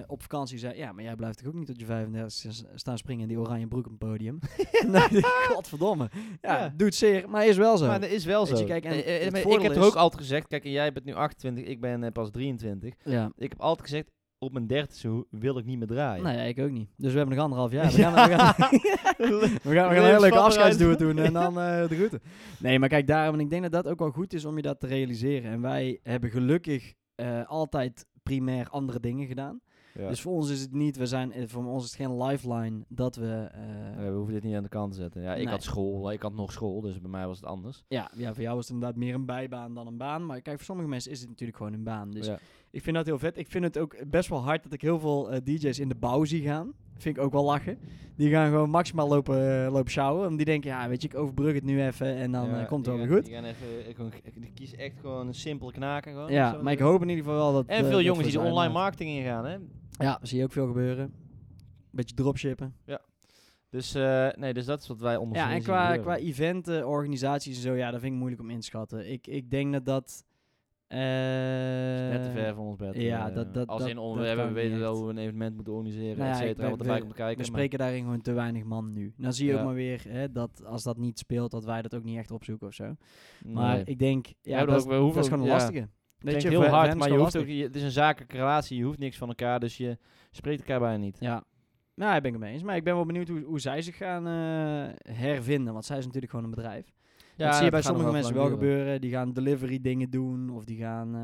B: op vakantie zei... Ja, maar jij blijft toch ook niet tot je 35 s- staan springen in die oranje broek op het podium? nee, godverdomme. Ja,
A: Ja.
B: doet zeer, maar is wel zo.
A: Maar dat is wel
B: Weet
A: zo.
B: je, kijk, en
A: Eh, eh,
B: het
A: maar ik
B: voordeel
A: heb
B: is-
A: er ook altijd gezegd, kijk, en jij bent nu 28, ik ben eh, pas 23.
B: ja.
A: Ik heb altijd gezegd, op mijn 30 ho- wil ik niet meer draaien.
B: Nou ja, ik ook niet. Dus we hebben nog anderhalf jaar. We gaan, we gaan, we gaan, we gaan een hele
A: Levensvatbaarheid.
B: leuke afscheidsdoer doen en dan eh, de groeten. Nee, maar kijk daarom. En ik denk dat dat ook wel goed is om je dat te realiseren. En wij hebben gelukkig eh, altijd primair andere dingen gedaan.
A: Ja.
B: Dus voor ons is het niet, we zijn, eh, voor ons is het geen lifeline dat we... eh,
A: Eh, we hoeven dit niet aan de kant te zetten. Ja, ik
B: Nee.
A: had school, ik had nog school, dus bij mij was het anders.
B: ja, ja, voor jou is het inderdaad meer een bijbaan dan een baan. Maar kijk, voor sommige mensen is het natuurlijk gewoon een baan. Dus
A: ja.
B: ik vind dat heel vet. Ik vind het ook best wel hard dat ik heel veel eh, DJ's in de bouw zie gaan. Vind ik ook wel lachen. Die gaan gewoon maximaal lopen, eh, lopen sjouwen. En die denken, ja, weet je, ik overbrug het nu even en dan
A: Ja,
B: eh, komt
A: die
B: het wel
A: gaan-
B: weer goed.
A: die gaan even, ik, gewoon- ik- ik kies echt gewoon een simpele knaken. Gewoon,
B: Ja,
A: Zo
B: maar ik
A: doen.
B: hoop in ieder geval wel dat...
A: En
B: eh,
A: veel
B: dat
A: jongens
B: we
A: die de
B: zijn,
A: online
B: maar-
A: marketing ingaan, hè.
B: Ja, zie je ook veel gebeuren. Beetje dropshippen.
A: Dus, eh, nee, dus dat is wat wij onderzoeken.
B: Ja, en qua, qua eventen, organisaties en zo, ja, dat vind ik moeilijk om in te schatten. Ik, ik denk dat dat... eh,
A: Net te ver van ons bed.
B: ja,
A: eh,
B: dat- dat-
A: Als
B: dat-
A: in, on-
B: dat
A: we, hebben, we
B: kan niet
A: weten wel
B: echt.
A: hoe we een evenement moeten organiseren,
B: Nou ja,
A: et
B: ik
A: cetera,
B: ben-
A: wat erbij komt kijken.
B: We
A: maar-
B: spreken daarin gewoon te weinig man nu. Dan zie je ook
A: Ja.
B: maar weer hè, dat als dat niet speelt, dat wij dat ook niet echt opzoeken of zo.
A: Nee.
B: Maar
A: Nee.
B: ik denk,
A: Ja,
B: ja,
A: dat
B: dat,
A: ook-
B: is-
A: we hoeven
B: dat is
A: ook-
B: gewoon
A: ja.
B: lastig. lastige.
A: Het
B: Weet
A: klinkt
B: je,
A: heel
B: voor
A: hard,
B: hen is
A: maar je
B: gewoon
A: hoeft ook,
B: lastig.
A: je- het is een zakelijke relatie, je hoeft niks van elkaar, dus je spreekt elkaar bijna niet.
B: Ja, nou, daar ben ik het mee eens. Maar ik ben wel benieuwd hoe, hoe zij zich gaan eh, hervinden. Want zij is natuurlijk gewoon een bedrijf. dat zie je bij
A: gaat nog
B: sommige mensen wel
A: lang duren.
B: gebeuren. Die gaan delivery dingen doen of die gaan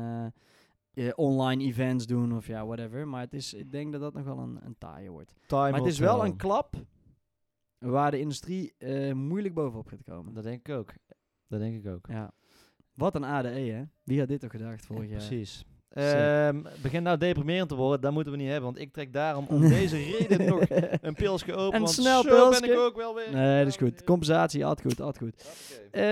B: eh, eh, online events doen of ja, whatever. Maar het is, ik denk dat dat nog wel een, een taaie wordt.
A: Time
B: maar het
A: will
B: is wel
A: tell.
B: een klap waar de industrie eh, moeilijk bovenop gaat komen.
A: Dat denk ik ook. Dat denk ik ook.
B: Ja. Wat een ADE, hè? Wie had dit toch gedacht vorig jaar?
A: Precies.
B: eh. Sick.
A: Ehm begin nou deprimerend te worden, dat moeten we niet hebben. Want ik trek daarom om deze reden nog een pilsje open.
B: En
A: want
B: snel
A: zo
B: pilsje.
A: ben ik ook wel weer. eh,
B: Nee, dat is goed. Compensatie, altijd goed, altijd goed.
A: Hoppakee.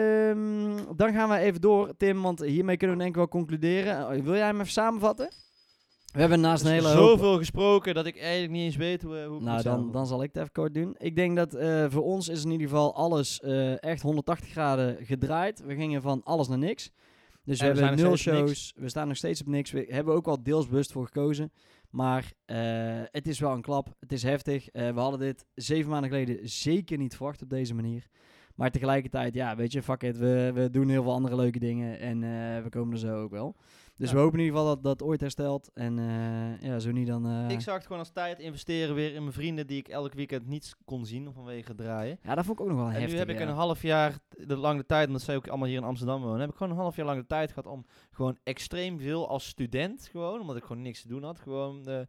B: Ehm, dan gaan we even door, Tim, want hiermee kunnen we denk ik wel concluderen. Eh, Wil jij hem even samenvatten? We hebben naast een
A: Er is
B: hele hoop...
A: Dus zoveel gesproken dat ik eigenlijk niet eens weet hoe, eh, hoe ik
B: Nou,
A: moet
B: dan,
A: samenvatten.
B: dan zal ik het even kort doen. Ik denk dat eh, voor ons is in ieder geval alles eh, echt 180 graden gedraaid. We gingen van alles naar niks. Dus we,
A: En we zijn
B: hebben
A: nog
B: nul
A: steeds op niks.
B: shows. We staan nog steeds op niks. We hebben ook wel deels bewust voor gekozen. Maar eh, het is wel een klap. Het is heftig. Eh, we hadden dit zeven maanden geleden zeker niet verwacht op deze manier. Maar tegelijkertijd, ja, weet je, fuck it. We, we doen heel veel andere leuke dingen. En eh, we komen er zo ook wel. Dus
A: Ja.
B: we hopen in ieder geval dat dat ooit herstelt. En eh, ja, zo niet dan... eh,
A: Ik zag het gewoon als tijd investeren weer in mijn vrienden die ik elk weekend niet kon zien vanwege draaien.
B: Ja, dat vond ik ook nog wel
A: En
B: heftig.
A: nu heb ik
B: ja.
A: een half jaar t- de lange tijd, omdat zij ook allemaal hier in Amsterdam wonen, heb ik gewoon een half jaar lang de tijd gehad om gewoon extreem veel als student, gewoon, omdat ik gewoon niks te doen had, gewoon eh,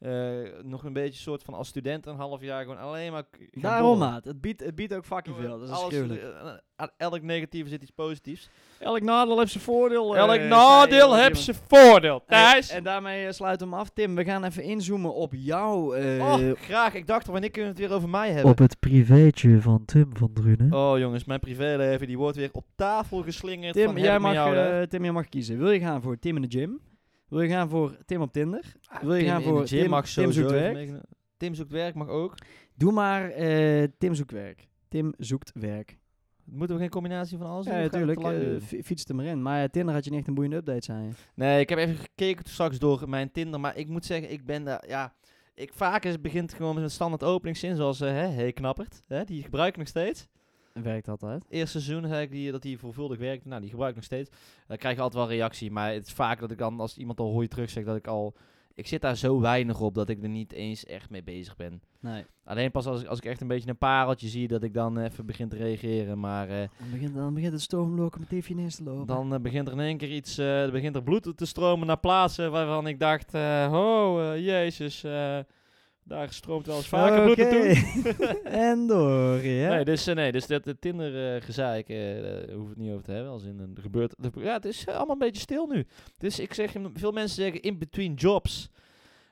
A: eh, nog een beetje soort van als student een half jaar gewoon alleen maar... k- gaan
B: Daarom,
A: borrelen.
B: maat. Het biedt, het biedt ook fucking veel. Dat is
A: Oh, Alles,
B: afschuwelijk.
A: eh, aan- aan elk negatieve zit iets positiefs.
B: Elk nadeel heeft zijn voordeel.
A: elk nadeel heb eh, zijn voordeel, Thijs!
B: En daarmee eh, sluiten we hem af. Tim, we gaan even inzoomen op jou. eh,
A: oh, graag. Ik dacht, wanneer kunnen we het weer over mij hebben?
B: het privétje van Tim van Drunen.
A: Oh jongens, mijn privéleven die wordt weer op tafel geslingerd.
B: Tim,
A: van
B: jij
A: heb ik met
B: mag,
A: jou, hè?
B: eh, Tim, jij mag kiezen. Wil je gaan voor Tim in de gym? Wil je gaan voor Tim op Tinder? wil je
A: Ah, Tim
B: gaan
A: in de
B: voor
A: gym
B: Tim,
A: mag
B: Tim
A: sowieso
B: zoekt
A: even
B: werk?
A: meegenomen. Tim zoekt werk mag ook.
B: Doe maar eh, Tim zoekt werk. Tim zoekt werk.
A: Moeten we geen combinatie van alles doen? of
B: Ja,
A: gaat het
B: natuurlijk.
A: te lang duren?
B: fiets er maar in. Maar eh, Tinder had je niet echt een boeiende update, zijn.
A: nee, ik heb even gekeken toen straks door mijn Tinder. Maar ik moet zeggen, ik ben daar... Ja, ik, vaak is, begint het gewoon met een standaard openingszin. Zoals, eh, hè, hey knappert. Hè, die gebruik ik nog steeds.
B: Werkt altijd.
A: Eerste seizoen zei ik die, dat hij voorvuldig werkte. Nou, die gebruik ik nog steeds. Dan krijg je altijd wel reactie. Maar het is vaak dat ik dan, als iemand al hooi terug zegt, dat ik al... Ik zit daar zo weinig op dat ik er niet eens echt mee bezig ben.
B: Nee.
A: Alleen pas als ik, als ik echt een beetje een pareltje zie, dat ik dan even begin te reageren. Maar eh,
B: Dan begint, dan begint het stoomlocomotiefje ineens te lopen.
A: dan eh, begint er in één keer iets, eh, er begint er bloed te stromen naar plaatsen waarvan ik dacht, eh, oh eh, jezus, eh, daar stroomt wel eens vaker bloed naartoe.
B: en door, ja.
A: Nee, dus, eh, nee, dus dat eh, Tinder eh gezeik, eh daar hoef ik het niet over te hebben. Als in, een- er gebeurt, er- ja, het is eh, allemaal een beetje stil nu. Dus ik zeg, veel mensen zeggen in between jobs.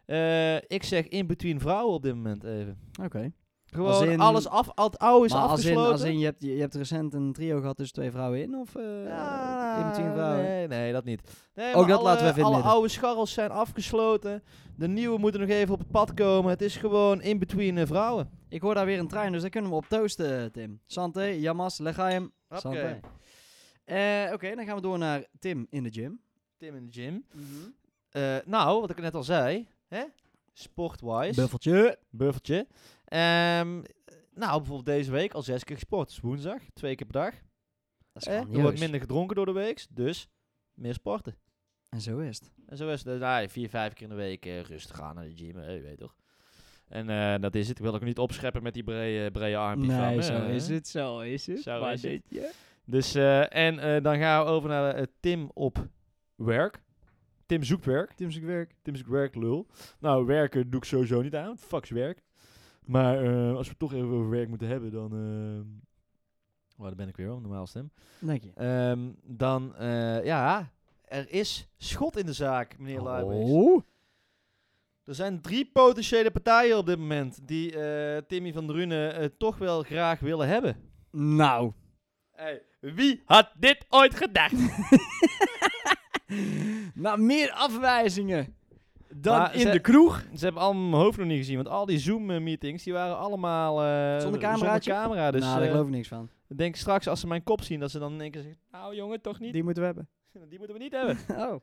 A: Eh, ik zeg in between vrouwen op dit moment even.
B: Oké.
A: Gewoon
B: in-
A: alles af, al het oude is
B: Maar als in,
A: afgesloten.
B: als in je, hebt, je, je hebt recent een trio gehad tussen twee vrouwen in, of eh
A: Ja,
B: in met tien vrouwen?
A: Nee, nee, dat niet. Nee,
B: Ook
A: maar
B: dat
A: alle,
B: laten we even in het
A: Alle
B: midden.
A: oude scharrels zijn afgesloten. De nieuwe moeten nog even op het pad komen. Het is gewoon in between eh, vrouwen.
B: Ik hoor daar weer een trein, dus daar kunnen we op toosten, Tim. Santé, Jamas, Legaim, Santé.
A: Hoppakee.
B: Eh, Oké, dan gaan we door naar Tim in de gym.
A: Tim en Jim. Eh, nou, wat ik net al zei. Hè? Sportwise.
B: Buffeltje.
A: Buffeltje. Ehm, nou, bijvoorbeeld deze week al zes keer gesport. Dus woensdag, twee keer per dag.
B: Dat
A: Eh, Er wordt minder gedronken door de week. Dus meer sporten.
B: En zo is het.
A: En zo is het. Nou, ja, vier, vijf keer in de week eh, rustig aan naar de gym, eh, je weet toch. En eh, dat is het. Ik wil ook niet opscheppen met die brede, brede armpjes van me, eh.
B: het, zo is het.
A: Zo
B: Maar
A: is het.
B: dit- ja.
A: Dus, eh, en eh, dan gaan we over naar eh, Tim op werk. Tim zoekt werk.
B: Tim zoekt werk.
A: Tim zoekt werk, lul. Nou, werken doe ik sowieso niet aan, want fuck is werk. Maar eh, als we het toch even over werk moeten hebben, dan... eh Oh, daar ben ik weer, hoor, normaal stem.
B: Dank je.
A: Ehm, dan, eh, ja, er is schot in de zaak, meneer Luijbeeks.
B: Oh.
A: Er zijn drie potentiële partijen op dit moment die eh, Timmy van Drunen eh, toch wel graag willen hebben.
B: Nou.
A: Hey, wie had dit ooit gedacht?
B: Nou, meer afwijzingen dan
A: Maar
B: in
A: ze-
B: de kroeg.
A: Ze hebben allemaal mijn hoofd nog niet gezien, want al die Zoom-meetings die waren allemaal eh,
B: Zonder cameraatje?
A: camera. Dus
B: nou, daar
A: eh,
B: geloof ik niks van.
A: ik denk straks als ze mijn kop zien, dat ze dan in één keer zeggen... Nou jongen, toch niet. Die,
B: Die moeten we hebben.
A: moeten we niet hebben.
B: Oh.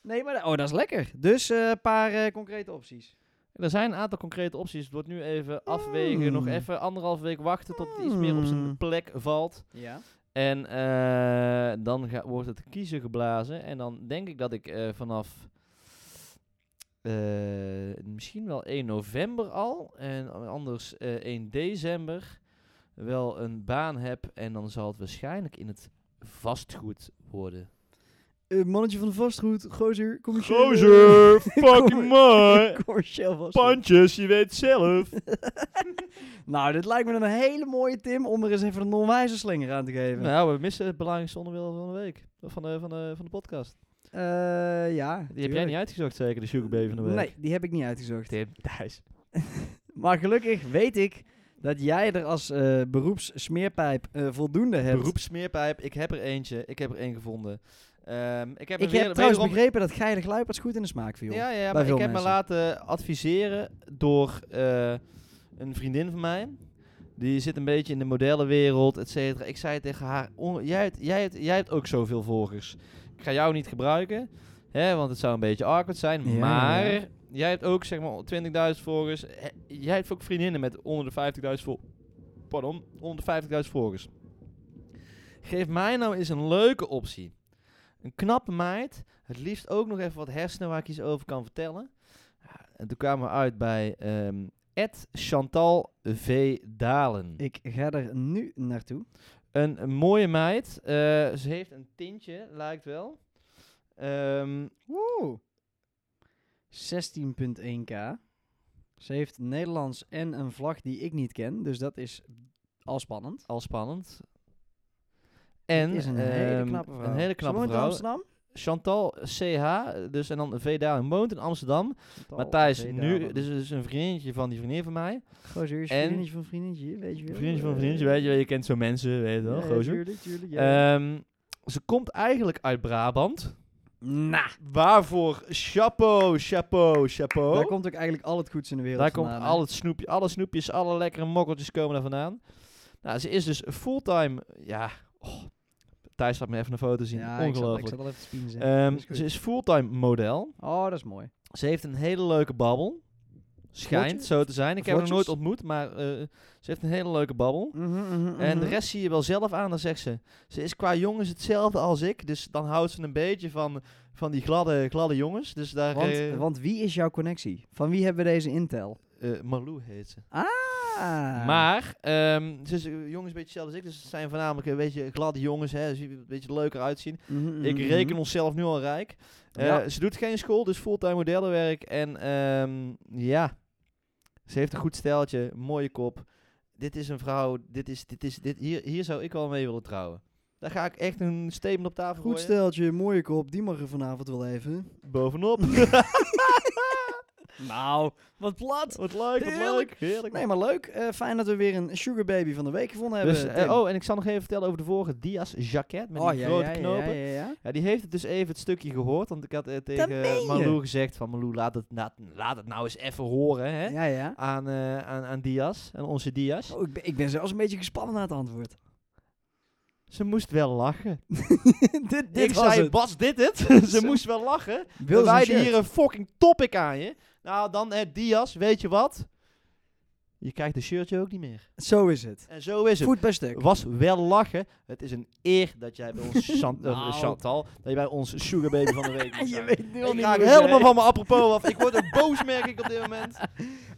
B: Nee, maar da- oh, dat is lekker. Dus eh, een paar eh, concrete opties.
A: er zijn een aantal concrete opties. Het wordt nu even afwegen.
B: Mm.
A: Nog even anderhalf week wachten tot het iets meer op zijn
B: Mm.
A: plek valt.
B: Ja.
A: En eh, dan ga- wordt het kiezen geblazen. En dan denk ik dat ik eh, vanaf eh, misschien wel 1 november al. En anders eh, 1 december wel een baan heb. En dan zal het waarschijnlijk in het vastgoed worden.
B: eh, mannetje van de vastgoed, gozer, commercieel.
C: Gozer, fucking
B: Kom-
C: mooi.
B: Commercieel vastgoed.
C: Pandjes, je weet zelf.
B: Nou, dit lijkt me een hele mooie, Tim, om er eens even een onwijze slinger aan te geven.
A: Nou, we missen het belangrijkste onderdeel van de week. Of Van de, van de, van de podcast.
B: Eh, ja.
A: Die heb jij niet uitgezocht zeker, de Sugar Baby van de week?
B: Nee, die heb ik niet uitgezocht.
A: Tim, Thijs.
B: Maar gelukkig weet ik dat jij er als eh beroepssmeerpijp eh, voldoende hebt.
A: Beroepsmeerpijp, ik heb er eentje. Ik heb er één gevonden. Ehm, ik heb, me
B: ik
A: weer-
B: heb trouwens
A: wederom-
B: begrepen dat Geide Gluiperts goed in de smaak viel.
A: Ja, ja, ja,
B: bij
A: maar ik
B: veel
A: heb me
B: mensen.
A: laten adviseren door eh, een vriendin van mij. Die zit een beetje in de modellenwereld, et cetera. Ik zei tegen haar, "Oh, jij, hebt, jij, hebt, jij hebt ook zoveel volgers. Ik ga jou niet gebruiken, hè, want het zou een beetje awkward zijn.
B: Ja,
A: maar
B: ja.
A: jij hebt ook zeg maar 20.000 volgers. Hè, Jij hebt ook vriendinnen met onder de 50.000 vol Pardon, onder de 50.000 volgers. Geef mij nou eens een leuke optie. Een knappe meid. Het liefst ook nog even wat hersenen waar ik iets over kan vertellen. Ja, En toen kwamen we uit bij ehm Ed Chantal V. Dalen.
B: Ik ga er nu naartoe.
A: Een, een mooie meid. eh, ze heeft een tintje, lijkt wel. Ehm,
B: 16.1k. Ze heeft Nederlands en een vlag die ik niet ken, dus dat is al spannend.
A: al spannend. En
B: Het is een hele
A: ehm,
B: knappe vrouw.
A: Een hele knappe
B: Ze woont in
A: vrouw.
B: Amsterdam.
A: Chantal CH, dus en dan V. Dalen woont in Amsterdam. Maar Thijs, nu, dus, dus een vriendinnetje van die vriendin van mij.
B: Gozer, is
A: en-
B: vriendinnetje van vriendinnetje, weet je wel.
A: Vriendinnetje van
B: Eh,
A: vriendinnetje, weet je, wel, je kent zo mensen, weet je wel,
B: ja, ja,
A: gozer.
B: tuurlijk, tuurlijk, ja.
A: Ehm, ze komt eigenlijk uit Brabant. Ehm,
B: Nou,
A: Ah. Waarvoor chapeau, chapeau, chapeau.
B: daar komt ook eigenlijk al het goeds in de wereld
A: oh. Daar komt
B: vandaan, hè.
A: al het snoepje, alle snoepjes, alle lekkere mokkeltjes komen daar vandaan. Nou, ze is dus fulltime, ja, oh, Thijs laat me even een foto zien,
B: Ja, ik zal, ik
A: ongelooflijk.
B: zal wel even spien zijn.
A: Ehm,
B: Is goed.
A: ze is fulltime model.
B: oh, dat is mooi.
A: Ze heeft een hele leuke babbel. Schijnt
B: Vlotjes?
A: zo te zijn. Ik heb haar nog nooit
B: Vlotjes?
A: ontmoet, maar eh, ze heeft een hele leuke babbel.
B: Mhm,
A: En de rest zie je wel zelf aan, dan zegt ze. Ze is qua jongens hetzelfde als ik. Dus dan houdt ze een beetje van, van die gladde, gladde jongens. Dus daar...
B: Want,
A: eh,
B: want wie is jouw connectie? Van wie hebben we deze intel?
A: eh, Marlou heet ze.
B: Ah.
A: Maar, ehm, ze is eh, jongens een beetje hetzelfde als ik. Dus ze zijn voornamelijk een beetje gladde jongens. Hè. Ze zien er een beetje leuker uitzien.
B: Mhm, mhm,
A: Ik
B: mhm.
A: reken onszelf nu al rijk. Eh,
B: Ja.
A: Ze doet geen school, dus fulltime modellenwerk. En ehm, ja, ze heeft een goed steltje, mooie kop. Dit is een vrouw, dit is, dit is, dit, hier, hier zou ik wel mee willen trouwen. Daar ga ik echt een statement op tafel
B: Goed
A: gooien.
B: steltje, mooie kop, die mag er vanavond wel even.
A: Bovenop.
B: Nou, wat plat.
A: wat leuk, wat
B: Heerlijk.
A: leuk. Heerlijk.
B: Nee, maar leuk. Eh, fijn dat we weer een sugar baby van de week gevonden hebben.
A: dus, eh,
B: Tim.
A: oh, en ik zal nog even vertellen over de vorige Diaz jacket met
B: Oh,
A: die
B: ja,
A: grote
B: ja, ja,
A: knopen.
B: Ja, ja, ja.
A: Ja, die heeft het dus even het stukje gehoord, want ik had eh, tegen
B: meen
A: Malou
B: je.
A: gezegd van Malou, laat het, laat, laat het nou eens even horen, hè.
B: ja, ja.
A: aan, eh, aan, aan Diaz, aan onze Diaz.
B: Oh, ik, ben, ik ben zelfs een beetje gespannen naar het antwoord.
A: Ze moest wel lachen.
B: dit dit
A: ik
B: was
A: zei,
B: het.
A: Bas, dit het? Ze
B: Zo.
A: moest wel lachen. We
B: Wil zijn
A: wijden
B: shirt.
A: hier een fucking topic aan je. Nou, dan eh, Diaz, weet je wat? Je krijgt een shirtje ook niet meer.
B: Zo is het.
A: En zo is het.
B: Voet bij stuk.
A: Was wel lachen. Het is een eer dat jij bij ons Chan- eh,
B: Nou.
A: Chantal, dat je bij ons Sugar Baby van de week bent.
B: Je weet nu al
A: ik
B: niet
A: raak
B: hoe het
A: helemaal
B: heet.
A: van mijn apropos af. Ik word ook boos, merk ik op dit moment.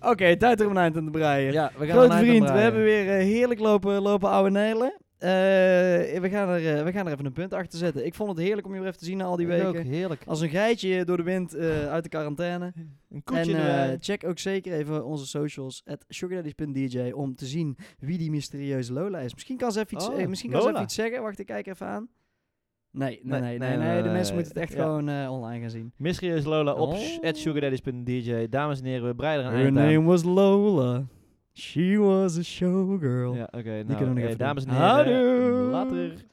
B: Oké, tijd om een eind aan te breien.
A: Ja, we
B: Grote vriend, we hebben weer eh, heerlijk lopen, lopen ouwe nelen. Eh, we, gaan er, eh, we gaan er even een punt achter zetten. Ik vond het heerlijk om je weer even te zien na al die
A: Ook
B: weken.
A: heerlijk.
B: Als een geitje door de wind eh, uit de quarantaine.
A: Een koetje
B: en eh,
A: erbij.
B: check ook zeker even onze socials, at sugardaddies.dj, om te zien wie die mysterieuze Lola is. Misschien kan ze even iets,
A: Oh,
B: eh, misschien kan ze
A: Lola.
B: even iets zeggen. Wacht, ik kijk even aan. Nee, nee, nee. nee,
A: nee,
B: nee,
A: nee,
B: de mensen
A: nee.
B: moeten het echt
A: Ja.
B: gewoon eh, online gaan zien.
A: Mysterieus Lola op
B: Oh.
A: oh. sugardaddies.dj. Dames en heren, we breiden een
B: Her
A: eind aan.
B: name was Lola. She was a showgirl.
A: Ja, oké. nou,
B: kunnen we nog
A: eh,
B: even
A: dames en
B: doen.
A: heren,
B: Houdoe.
A: later.